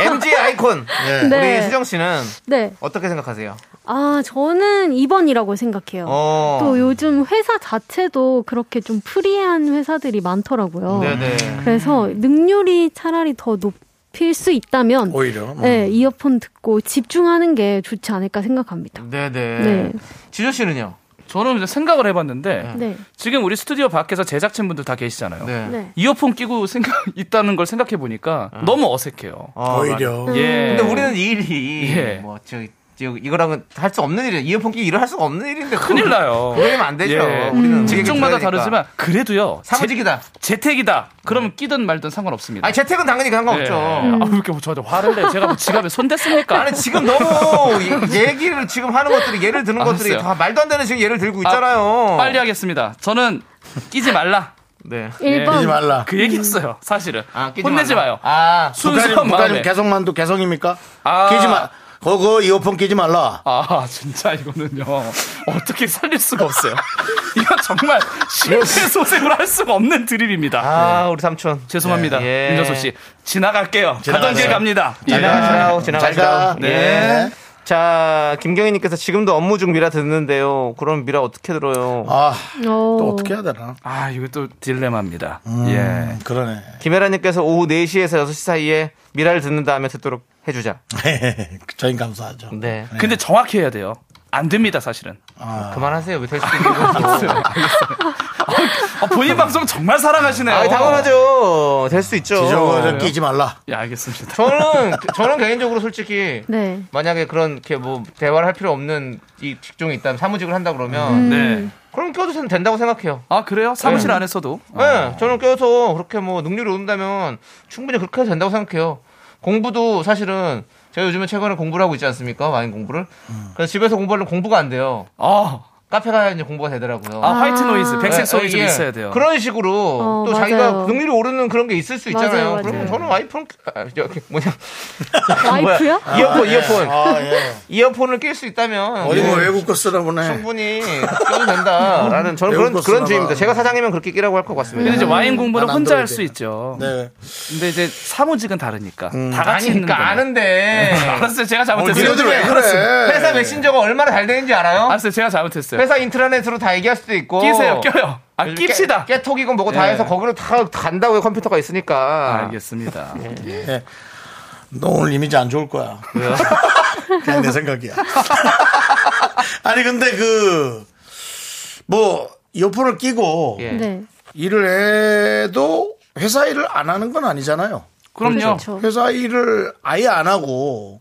A: 예.
B: MZ 아이콘 우리
I: 네.
B: 수정 씨는
I: 네.
B: 어떻게 생각하세요?
I: 아, 저는 2번이라고 생각해요.
B: 어.
I: 또 요즘 회사 자체도 그렇게 좀 프리한 회사들이 많더라고요.
B: 네네.
I: 그래서 능률이 차라리 더 높일 수 있다면
A: 오히려. 뭐.
I: 네,
B: 음.
I: 이어폰 듣고 집중하는 게 좋지 않을까 생각합니다.
B: 네네.
I: 네.
B: 지조 씨는요?
H: 저는 그냥 생각을 해봤는데
I: 네.
H: 지금 우리 스튜디오 밖에서 제작진분들 다 계시잖아요.
B: 네.
I: 네.
H: 이어폰 끼고 생각 있다는 걸 생각해 보니까 너무 어색해요.
B: 아,
A: 오히려 음.
H: 예.
B: 네. 근데 우리는 이 일이
H: 예.
B: 뭐 저, 저 이거랑은 할 수 없는 일이에요. 이어폰 끼 일을 할 수가 없는 일인데
H: 큰일 나요.
B: 그러면 안 되죠.
H: 예.
B: 우리는
H: 직종마다
B: 우리에게 기다리니까.
H: 다르지만 그래도요.
B: 사무직이다. 네.
H: 재, 택이다 그러면 끼든 말든 상관없습니다.
B: 아니 그렇죠. 재택은 당연히 상관없죠.
H: 예. 아, 왜 이렇게 저한테 화를 내? 제가 뭐 지갑에 손 댔습니까?
B: 아니 지금 너무 예- 얘기를 지금 하는 것들이 예를 드는
H: 아,
B: 것들이
H: 됐어요.
B: 다 말도 안 되는 지금 예를 들고
H: 아,
B: 있잖아요.
H: 빨리 예. 하겠습니다. 저는 끼지 말라.
B: 네.
I: 1번.
A: 하지 말라.
H: 그 얘기였어요. 사실은.
B: 아, 끼지
H: 혼내지
B: 말라.
H: 마요.
B: 아,
H: 순수한 마음에.
A: 북한님 개성만두 개성입니까?
H: 아.
A: 끼지 마. 그거 이어폰 끼지 말라.
H: 아 진짜 이거는요 어떻게 살릴 수가 없어요. 이거 정말 실패 소생을 할 수가 없는 드립입니다.
B: 아 우리 삼촌.
H: 죄송합니다,
B: 예.
H: 윤정수 씨 지나갈게요. 가던 길
A: 지나가세요.
H: 갑니다.
B: 지나가시라고 지나가시라고. 예.
A: 가. 네.
B: 자 김경희님께서 지금도 업무 중 미라 듣는데요. 그럼 미라 어떻게 들어요?
A: 아,
I: 오.
A: 또 어떻게 해야 되나?
H: 아 이게 또 딜레마입니다. 예.
A: 음, 그러네.
B: 김혜라님께서 오후 4시에서 6시 사이에 미라를 듣는 다음에 듣도록 해주자.
A: 저희 감사하죠.
B: 네.
H: 예. 근데 정확히 해야 돼요. 안 됩니다 사실은.
A: 아.
B: 그만하세요. 왜 될 수도 있는 거죠.
H: 아, 본인 방송 정말 사랑하시네요.
B: 아, 당연하죠. 될 수 있죠.
A: 지저거 좀 끼지 말라.
H: 예 알겠습니다.
B: 저는 저는 개인적으로 솔직히
I: 네.
B: 만약에 그런 이렇게 뭐 대화를 할 필요 없는 이 직종이 있다면 사무직을 한다 그러면
H: 네.
B: 그럼 껴도 저는 된다고 생각해요.
H: 아 그래요? 사무실 안에서도
B: 네, 저는 껴서 그렇게 뭐 능률이 오른다면 충분히 그렇게 해도 된다고 생각해요. 공부도 사실은 제가 요즘에 최근에 공부를 하고 있지 않습니까? 많이 공부를. 그래서 집에서 공부하려면 공부가 안 돼요.
H: 아,
B: 카페 가야 이제 공부가 되더라고요.
H: 아, 화이트 노이즈, 백색
B: 예,
H: 소리 좀
B: 예.
H: 있어야 돼요.
B: 그런 식으로
I: 어,
B: 또
I: 맞아요.
B: 자기가 능률이 오르는 그런 게 있을 수
I: 맞아요,
B: 있잖아요.
I: 맞아요.
H: 네.
B: 그럼 저는 와이프는 아, 저, 뭐냐
I: 와이프요?
B: 이어폰 이어폰
A: 아, 예.
B: 이어폰을 낄 수 있다면
A: 어디 뭐
B: 예,
A: 외국 거 쓰나 보네.
B: 충분히 껴도 된다라는 저는
A: 외국
B: 그런
A: 거
B: 그런
A: 쓰나
B: 주의입니다.
A: 봐.
B: 제가 사장이면 그렇게 끼라고 할 것 같습니다.
H: 근데 이제 와인 공부는
A: 난안
H: 혼자 할
A: 들어야
H: 수
A: 돼요.
H: 있죠.
A: 네.
H: 근데 이제 사무직은 다르니까 다 같이
B: 아니
H: 있는
B: 그러니까
H: 거예요.
B: 아는데
H: 알았어요. 제가 네. 잘못했어요.
A: 니네들 왜 그래?
B: 회사 메신저가 얼마나 잘 되는지 알아요?
H: 알았어요. 제가 잘못했어요.
B: 회사 인트라넷으로 다 얘기할 수도 있고
H: 끼세요. 어. 껴요. 아,
B: 요즘
H: 낍시다.
B: 깨, 깨톡이건 뭐고 다
H: 예.
B: 해서 거기로 다 간다고요 컴퓨터가 있으니까
H: 알겠습니다. 네.
A: 너 오늘 이미지 안 좋을 거야. 그냥 내 생각이야. 아니 근데 그 뭐 이어폰을 끼고
B: 예.
I: 네.
A: 일을 해도 회사 일을 안 하는 건 아니잖아요.
H: 그럼요.
I: 그렇죠.
A: 회사 일을 아예 안 하고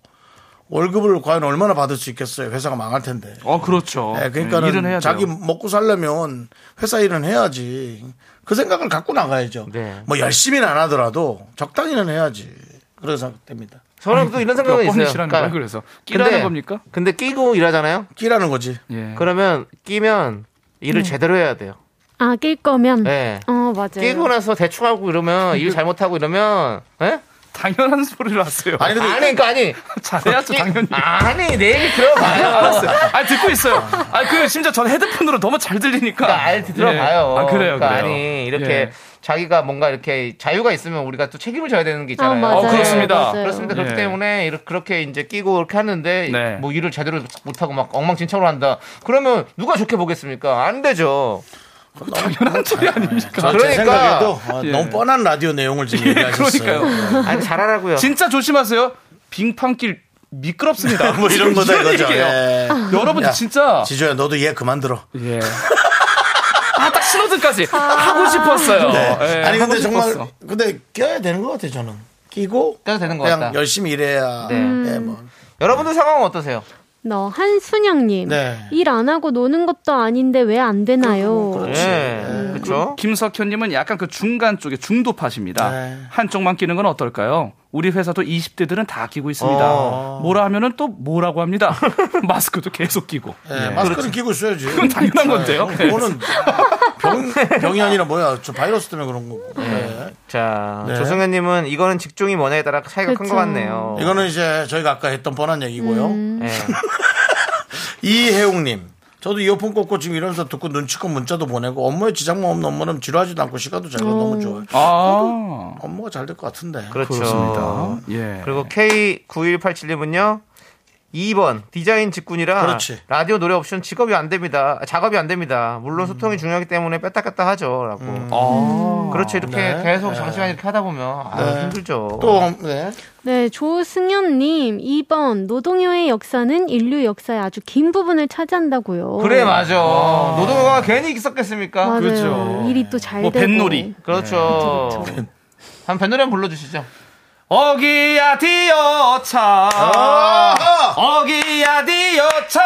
A: 월급을 과연 얼마나 받을 수 있겠어요? 회사가 망할 텐데.
H: 어, 그렇죠.
A: 예, 그러니까는
H: 네, 일은 해야 돼요.
A: 자기 먹고 살려면 회사 일은 해야지. 그 생각을 갖고 나가야죠.
B: 네.
A: 뭐 열심히는 안 하더라도 적당히는 해야지. 그런 생각됩니다.
B: 저는 또 이런 생각이
H: 몇 번을
B: 있어요. 그러니까
H: 싫어하는 거야, 그래서? 끼라는 겁니까?
B: 근데 끼고 일하잖아요.
A: 끼라는 거지.
H: 예.
B: 그러면 끼면
A: 음.
B: 일을 제대로 해야 돼요.
I: 아, 낄 거면.
B: 예.
I: 어, 맞아요.
A: 네.
B: 끼고 나서 대충 하고 이러면 일 잘못하고 이러면 예?
H: 당연한 소리를 하세요.
A: 아니 근데
B: 아니 그러니까 아니
H: 잘해야죠, 당연히.
B: 아니 내 얘기 들어봐요.
H: 알았어요. 아, 듣고 있어요. 아, 그 심지어 전 헤드폰으로 너무 잘 들리니까.
B: 그러니까 알 들어봐요.
H: 예. 아, 그래요,
B: 그러니까
H: 그래요.
B: 아니 이렇게
H: 예.
B: 자기가 뭔가 이렇게 자유가 있으면 우리가 또 책임을 져야 되는 게
I: 아,
B: 있잖아요.
I: 맞아요.
H: 어, 그렇습니다.
I: 맞아요.
B: 그렇습니다. 그렇기
H: 예.
B: 때문에 이렇게 그렇게 이제 끼고 이렇게 하는데
H: 네.
B: 뭐 일을 제대로 못하고 막 엉망진창으로 한다. 그러면 누가 좋게 보겠습니까? 안 되죠.
H: 당연한 소리 아닙니까?
A: 제
B: 그러니까.
A: 생각에도 어,
H: 예.
A: 너무 뻔한 라디오 내용을 지금
H: 예,
A: 얘기하셨어요.
H: 그러니까요.
B: 아니 잘하라고요.
H: 진짜 조심하세요. 빙판길 미끄럽습니다.
A: 뭐 이런 거다 이거죠.
H: 얘기예요.
A: 예.
H: 여러분
A: 야,
H: 들 진짜
A: 지조야 너도 얘 그만 들어.
H: 예. 아, 딱 신호등까지 하고 싶었어요.
A: 네.
H: 예,
A: 아니 근데
H: 하고
A: 정말
H: 싶었어.
A: 근데 껴야 되는 것 같아요 저는. 끼고
B: 껴도 되는 것
A: 그냥
B: 같다.
A: 열심히 일해야.
B: 네.
A: 예, 뭐.
B: 여러분들 상황은 어떠세요?
I: 너 한순영님
A: 네.
I: 일 안 하고 노는 것도 아닌데 왜 안 되나요?
B: 예. 그렇죠.
H: 김석현님은 약간 그 중간 쪽에 중도파십니다.
A: 네.
H: 한쪽만 끼는 건 어떨까요? 우리 회사도 20대들은 다 끼고 있습니다.
A: 어.
H: 뭐라 하면은 또 뭐라고 합니다. 마스크도 계속 끼고.
A: 예, 마스크는 끼고 있어야지.
H: 그렇죠.
A: 네.
H: 그건 당연한 건데요.
A: 그거는 병, 병이 아니라 뭐야. 저 바이러스 때문에 그런
H: 네.
A: 거고. 예.
B: 자,
A: 네.
B: 조승현님은 이거는 직종이 뭐냐에 따라 차이가 큰 것
I: 그렇죠.
B: 같네요.
H: 어.
A: 이거는 이제 저희가 아까 했던 뻔한 얘기고요.
B: 예.
A: 이혜웅님. 저도 이어폰 꽂고 지금 이러면서 듣고 눈치껏 문자도 보내고 업무에 지장만 없는 업무는 지루하지도 않고 시간도 잘 가고 너무 좋아요.
H: 아,
A: 업무가 잘 될 것 같은데.
B: 그렇죠.
H: 그렇습니다. 예.
B: 그리고 K9187님은요. 2번 디자인 직군이라
A: 그렇지.
B: 라디오 노래 없이는 직업이 안 됩니다. 아, 작업이 안 됩니다. 물론 소통이 중요하기 때문에 뺐다 뺐다 하죠라고. 음. 그렇죠. 이렇게
A: 네.
B: 계속
A: 네.
B: 장시간 이렇게 하다 보면 아,
A: 네.
B: 힘들죠.
A: 또 네.
I: 네, 조승현님 2번 노동요의 역사는 인류 역사의 아주 긴 부분을 차지한다고요.
B: 그래 맞아. 노동요가 괜히 있었겠습니까?
I: 맞아요.
H: 그렇죠.
I: 일이 또 잘
H: 뭐
I: 되고.
H: 뱃놀이.
B: 그렇죠. 한 뱃노래 한번 불러주시죠.
H: 어기야 디어차 어기야 디어차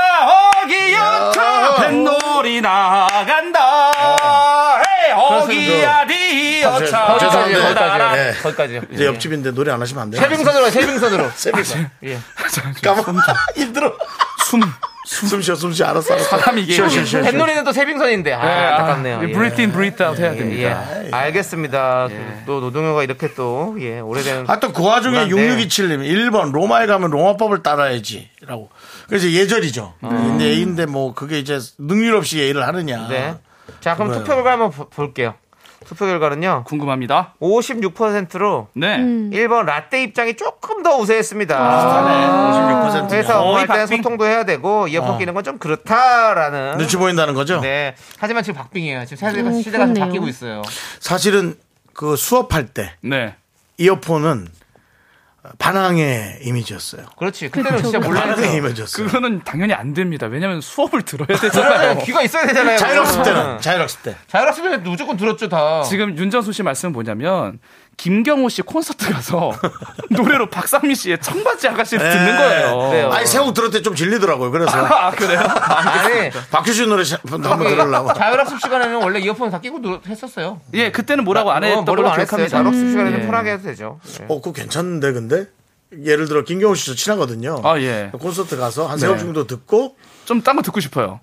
H: 어기야 차 뱃놀이 나간다
A: 어.
H: 헤이, 어기야 디어차
A: 거기까지요, 죄송합니다.
H: 아,
B: 거기까지요.
A: 거기까지요. 예.
B: 거기까지요.
A: 이제 옆집인데 노래 안 하시면 안 돼요.
B: 세빙선으로 세빙선으로.
A: 세빙선.
B: 예.
A: 까먹 힘들어.
H: 숨
A: 숨 쉬어 숨 쉬어 알았어 알았어.
H: 사람 이게
A: 쉬어 쉬어 쉬어. 쉬어.
B: 뱃놀이는 또 세빙선인데 아, 안타깝네요. 예.
H: 브리트 인 브리트 아웃 해야
B: 예,
H: 됩니다
B: 예. 알겠습니다. 그또 노동요가 이렇게 또 예, 오래된
A: 아, 또 그 와중에
B: 네.
A: 6627님, 1번, 로마에 가면 로마법을 따라야지. 라고. 그래서 예절이죠. 근데 예인데 뭐 그게 이제 능률 없이 예의를 하느냐.
H: 아,
B: 네. 자, 그럼
A: 그래요.
B: 투표 결과 한번 보- 볼게요. 투표 결과는요.
H: 궁금합니다
B: 56%로
H: 네
B: 1번 라떼 입장이 조금 더 우세했습니다.
A: 아. 네, 56%.
B: 회사
H: 거의
B: 업무할 때는
H: 박빙.
B: 소통도 해야 되고 이어폰
A: 어.
B: 끼는 건 좀 그렇다라는.
A: 눈치 보인다는 거죠?
B: 네. 하지만 지금 박빙이에요. 지금 세대가
I: 음,
B: 시대가 좀
I: 그렇네요.
B: 바뀌고 있어요.
A: 사실은 그 수업할 때
H: 네
A: 이어폰은 반항의 이미지였어요.
B: 그렇지. 그때는 진짜
A: 반항의
B: 몰랐어요.
A: 이미지였어요.
H: 그거는 당연히 안 됩니다 왜냐면 수업을 들어야 되잖아요
B: 귀가 있어야 되잖아요.
A: 자율학습 때는, 자율학습 때.
B: 자율학습 때는 무조건 들었죠 다.
H: 지금 윤정수 씨 말씀은 뭐냐면 김경호 씨 콘서트 가서 노래로 박상민 씨의 청바지 아가씨를 듣는 거예요.
B: 네. 그래요.
A: 아니, 새곡 들을 때 좀 질리더라고요. 그래서.
H: 아 그래요?
B: 아니.
A: 박효신 노래 시- 한번 들으려고.
B: 자율학습 시간에는 원래 이어폰 다 끼고 누- 했었어요.
H: 예, 그때는 뭐라고 안
B: 어,
H: 했던
B: 뭐라고
H: 걸로
B: 안 했어요.
H: 기억합니다.
B: 자율학습 시간에는
H: 예.
B: 편하게 해도 되죠. 예.
A: 어, 그거 괜찮은데, 근데? 예를 들어, 김경호 씨도 친하거든요.
H: 아, 예.
A: 콘서트 가서 한
H: 네.
A: 세곡 정도 듣고,
H: 좀 딴 거 듣고 싶어요.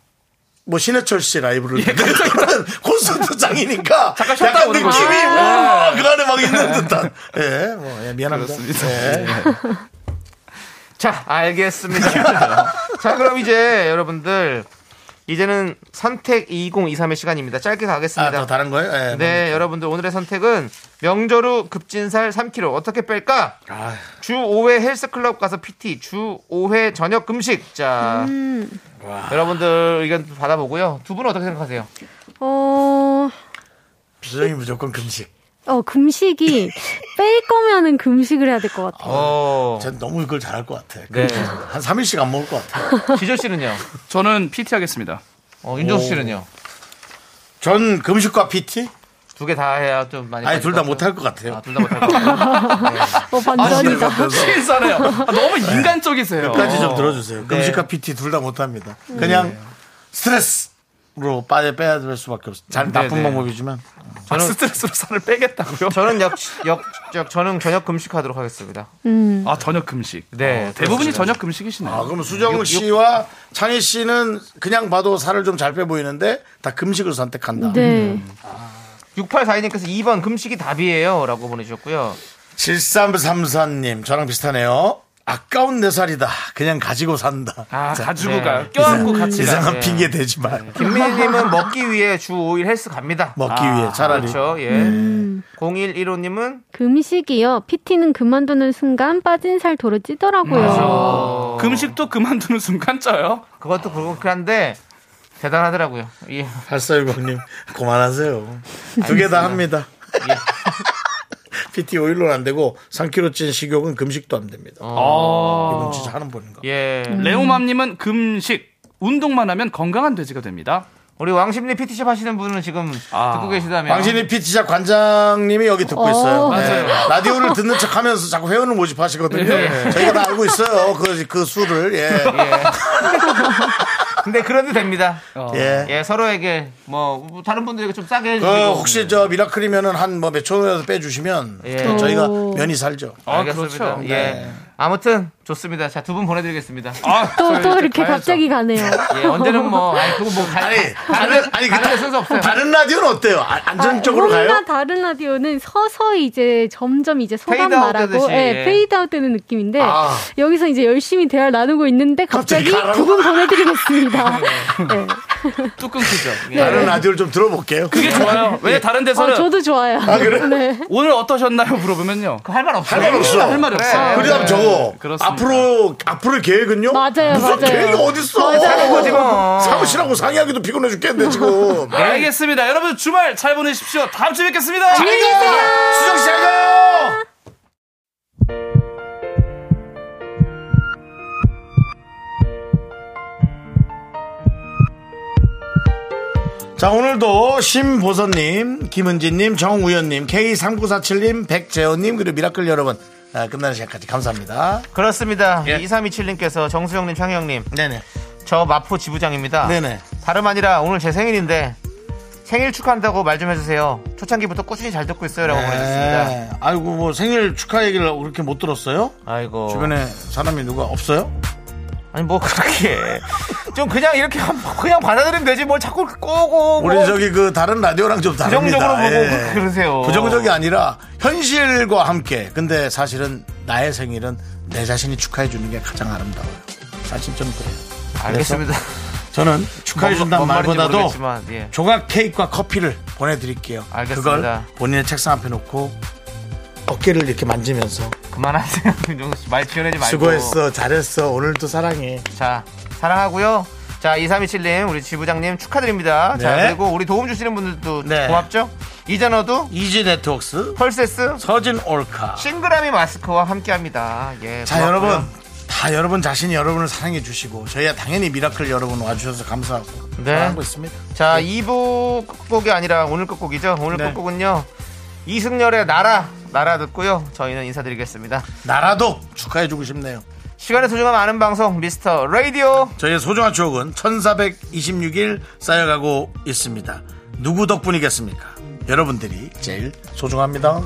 A: 뭐 신해철 씨 라이브를 듣는 콘서트 장이니까
H: 예, 잠깐 쉬었다
A: 약간
H: 오는
A: 느낌이
H: 거죠. 네.
A: 우와, 그 안에 막 있는 듯한 예, 뭐, 예 미안합니다 예.
H: 네,
B: 자, 알겠습니다. 자, 그럼 이제 여러분들 이제는 선택 2023의 시간입니다. 짧게
A: 아,
B: 가겠습니다.
A: 더 다른 거예요? 예,
B: 네, 여러분들 오늘의 선택은 명절 후 급진살 3kg 어떻게 뺄까? 주 5회 헬스클럽 가서 PT, 주 5회 저녁 금식. 자,
A: 음.
B: 여러분들 의견 받아보고요. 두 분은 어떻게 생각하세요?
I: 어,
A: 비정이 무조건 금식
I: 어 금식이 뺄 거면은 금식을 해야 될 것 같아. 요
B: 어,
A: 전 너무 이걸 잘할 것 같아 그
B: 네.
A: 한 3일씩 안 먹을 것 같아
B: 지조 씨는요?
H: 저는 PT 하겠습니다.
B: 어, 윤정수
A: 오.
B: 씨는요?
A: 전 금식과 PT?
H: 네,
B: 두 개 다 해야 좀 많이.
A: 아니
B: 빠질
A: 둘 다 못할
B: 것 같아요.
A: 것 같아요
B: 아, 둘 다 못할 것 같아요.
I: 어
H: 아,
I: 반전이다.
H: 신선해요. 아, 너무
B: 네.
H: 인간적이세요.
A: 끝까지 좀 들어주세요 네. 금식과 PT 둘 다 못합니다 그냥 스트레스로 빠져 빼야 될 수밖에 없어요 잘 나쁜
H: 네.
A: 방법이지만
H: 아, 스트레스로 살을 빼겠다고요?
B: 저는 역, 역, 역, 저는 저녁 금식하도록 하겠습니다.
H: 아 저녁 금식.
B: 음. 네.
H: 대부분이
B: 그렇습니다.
H: 저녁
A: 아,
H: 금식이시네요.
A: 그럼 수정 씨와 창희 씨는 그냥 봐도 살을 좀 잘 빼 보이는데 다 금식을 선택한다.
I: 네.
B: 6842님께서 2번 금식이 답이에요. 라고 보내주셨고요.
A: 7334님, 저랑 비슷하네요. 아까운 내 살이다. 그냥 가지고 산다.
H: 아 가지고
B: 네.
H: 가요. 껴안고 같이 가요.
A: 이상한
B: 네.
A: 핑계 대지 마.
B: 김민희님은 먹기 위해 주 5일 헬스 갑니다.
A: 아. 먹기 위해 차라리. 음.
B: 그렇죠. 예. 0115님은
I: 금식이요. PT는 그만두는 순간 빠진 살 도로 찌더라고요.
B: 네.
H: 금식도 그만두는 순간 쪄요.
B: 그것도 그렇긴 한데 대단하더라고요. 예.
A: 8460님, 그만하세요. 두 개 다 합니다.
B: 예.
A: PT 오일로는 안 되고 3kg 찐 식욕은 금식도 안 됩니다. 이건 진짜 하는 분인 가
B: 아. 예.
H: 음. 레오맘님은 금식. 운동만 하면 건강한 돼지가 됩니다.
B: 우리 왕십리 PT샵 하시는 분은 지금
H: 아.
B: 듣고 계시다면.
A: 왕신이 피티샵 관장님이 여기 듣고
I: 어.
A: 있어요.
B: 맞아요.
A: 네. 라디오를 듣는 척 하면서 자꾸 회원을 모집하시거든요.
B: 예.
A: 저희가 다 알고 있어요. 그, 그 수를. 예.
B: 예. 근데 그래도 됩니다.
A: 예.
B: 예, 서로에게 뭐 다른 분들에게 좀 싸게 해주고.
A: 그 혹시 저 미라클이면은 한 뭐 몇천원이라도 빼주시면
B: 예.
A: 또 저희가 면이 살죠.
B: 알겠습니다.
H: 그렇죠.
B: 예. 아무튼 좋습니다. 자, 두 분 보내드리겠습니다.
I: 또 또
H: 이제
I: 이렇게
H: 가야죠.
I: 갑자기 가네요.
B: 예, 언제는 뭐, 아니, 그거 뭐, 가,
A: 아니,
B: 다른,
A: 다른- 아니, 그
B: 다른
A: 다-
B: 순서 없어요.
A: 다른 라디오는 어때요? 아, 안정적으로
I: 아, 뭔가
A: 가요?
I: 다른 라디오는 서서히 이제 점점 이제 소감
B: 페이드아웃
I: 말하고
B: 되듯이.
I: 예, 페이드아웃 되는 느낌인데
A: 아.
I: 여기서 이제 열심히 대화를 나누고 있는데
A: 갑자기
I: 갑자기
A: 가라고?
I: 두 분 보내드리겠습니다. 예.
H: 뚝 끊기죠. 예.
A: 다른 라디오를 좀 들어볼게요.
H: 네. 그게
B: 네.
H: 좋아요. 왜냐 다른 데서는
I: 어, 저도 좋아요.
A: 그래?
I: 네.
H: 오늘 어떠셨나요 물어보면요.
B: 그 할 말 없어요.
A: 할 말 없어.
H: 할 말이 없어.
A: 그다음 저거 계획이고
H: 네. 그렇습니다.
A: 앞으로 앞으로 계획은요?
I: 맞아요,
A: 무슨
I: 맞아요.
A: 계획이 어딨어?
B: 사고고 지금.
A: 사무실하고 상의하기도 피곤해 죽겠는데 지금.
H: 네.
B: 네.
H: 알겠습니다. 여러분 주말 잘 보내십시오. 다음 주에 뵙겠습니다.
B: 네.
A: 수정 씨 잘가요. 자 오늘도 심보선님, 김은진님, 정우현님, K3947님, 백재현님 그리고 미라클 여러분 아, 끝나는 시간까지 감사합니다.
B: 그렇습니다.
A: 예.
B: 2327님께서 정수영님, 창영님,
A: 네네.
B: 저 마포 지부장입니다.
A: 아, 네네.
B: 다름 아니라 오늘 제 생일인데 생일 축하한다고 말 좀 해주세요. 초창기부터 꾸준히 잘 듣고 아, 있어요라고 보내주셨습니다.
A: 네. 아이고 뭐 생일 축하 얘기를 그렇게 못 들었어요?
B: 아이고
A: 주변에 사람이 누가 없어요?
B: 아니 뭐 그렇게 좀 그냥 이렇게 한번 그냥 받아들이면 되지 뭘 자꾸 꼬고 뭐
A: 우리 저기 그 다른 라디오랑 좀 다릅니다. 예.
B: 부정적으로 뭐, 보고 그러세요.
A: 부정적이 아니라 현실과 함께. 근데 사실은 나의 생일은 내 자신이 축하해 주는 게 가장 아름다워요. 사실 좀 그래요.
B: 알겠습니다.
A: 저는 축하해 준다는
B: 뭔 말인지
A: 말보다도
B: 모르겠지만, 예.
A: 조각 케이크와 커피를 보내드릴게요.
B: 알겠습니다.
A: 그걸 본인의 책상 앞에 놓고 어깨를 이렇게 만지면서
B: 그만하세요 김종수 씨말 지어내지 말고
A: 수고했어, 잘했어, 오늘도 사랑해.
B: 자, 사랑하고요. 자, 2327님, 우리 지부장님 축하드립니다. 자,
A: 네.
B: 그리고 우리 도움 주시는 분들도
A: 네.
B: 고맙죠? 이전어도
A: 이지 네트웍스
B: 펄세스
A: 서진 올카.
B: 싱그라미 마스크와 함께 합니다. 예.
A: 자
B: 고맙고요.
A: 여러분 다 여러분 자신이 여러분을 사랑해 주시고 저희가 당연히 미라클 여러분 와주셔서 감사하고
B: 네.
A: 사랑하고 있습니다.
B: 자, 2부 끝곡이 아니라 오늘 끝곡이죠. 오늘
A: 네.
B: 끝곡은요. 이승열의 나라, 나라 듣고요. 저희는 인사드리겠습니다.
A: 나라도 축하해 주고 싶네요.
B: 시간의 소중함 아는 방송, 미스터 라디오.
A: 저희의 소중한 추억은 1426일 쌓여가고 있습니다. 누구 덕분이겠습니까? 여러분들이 제일 소중합니다.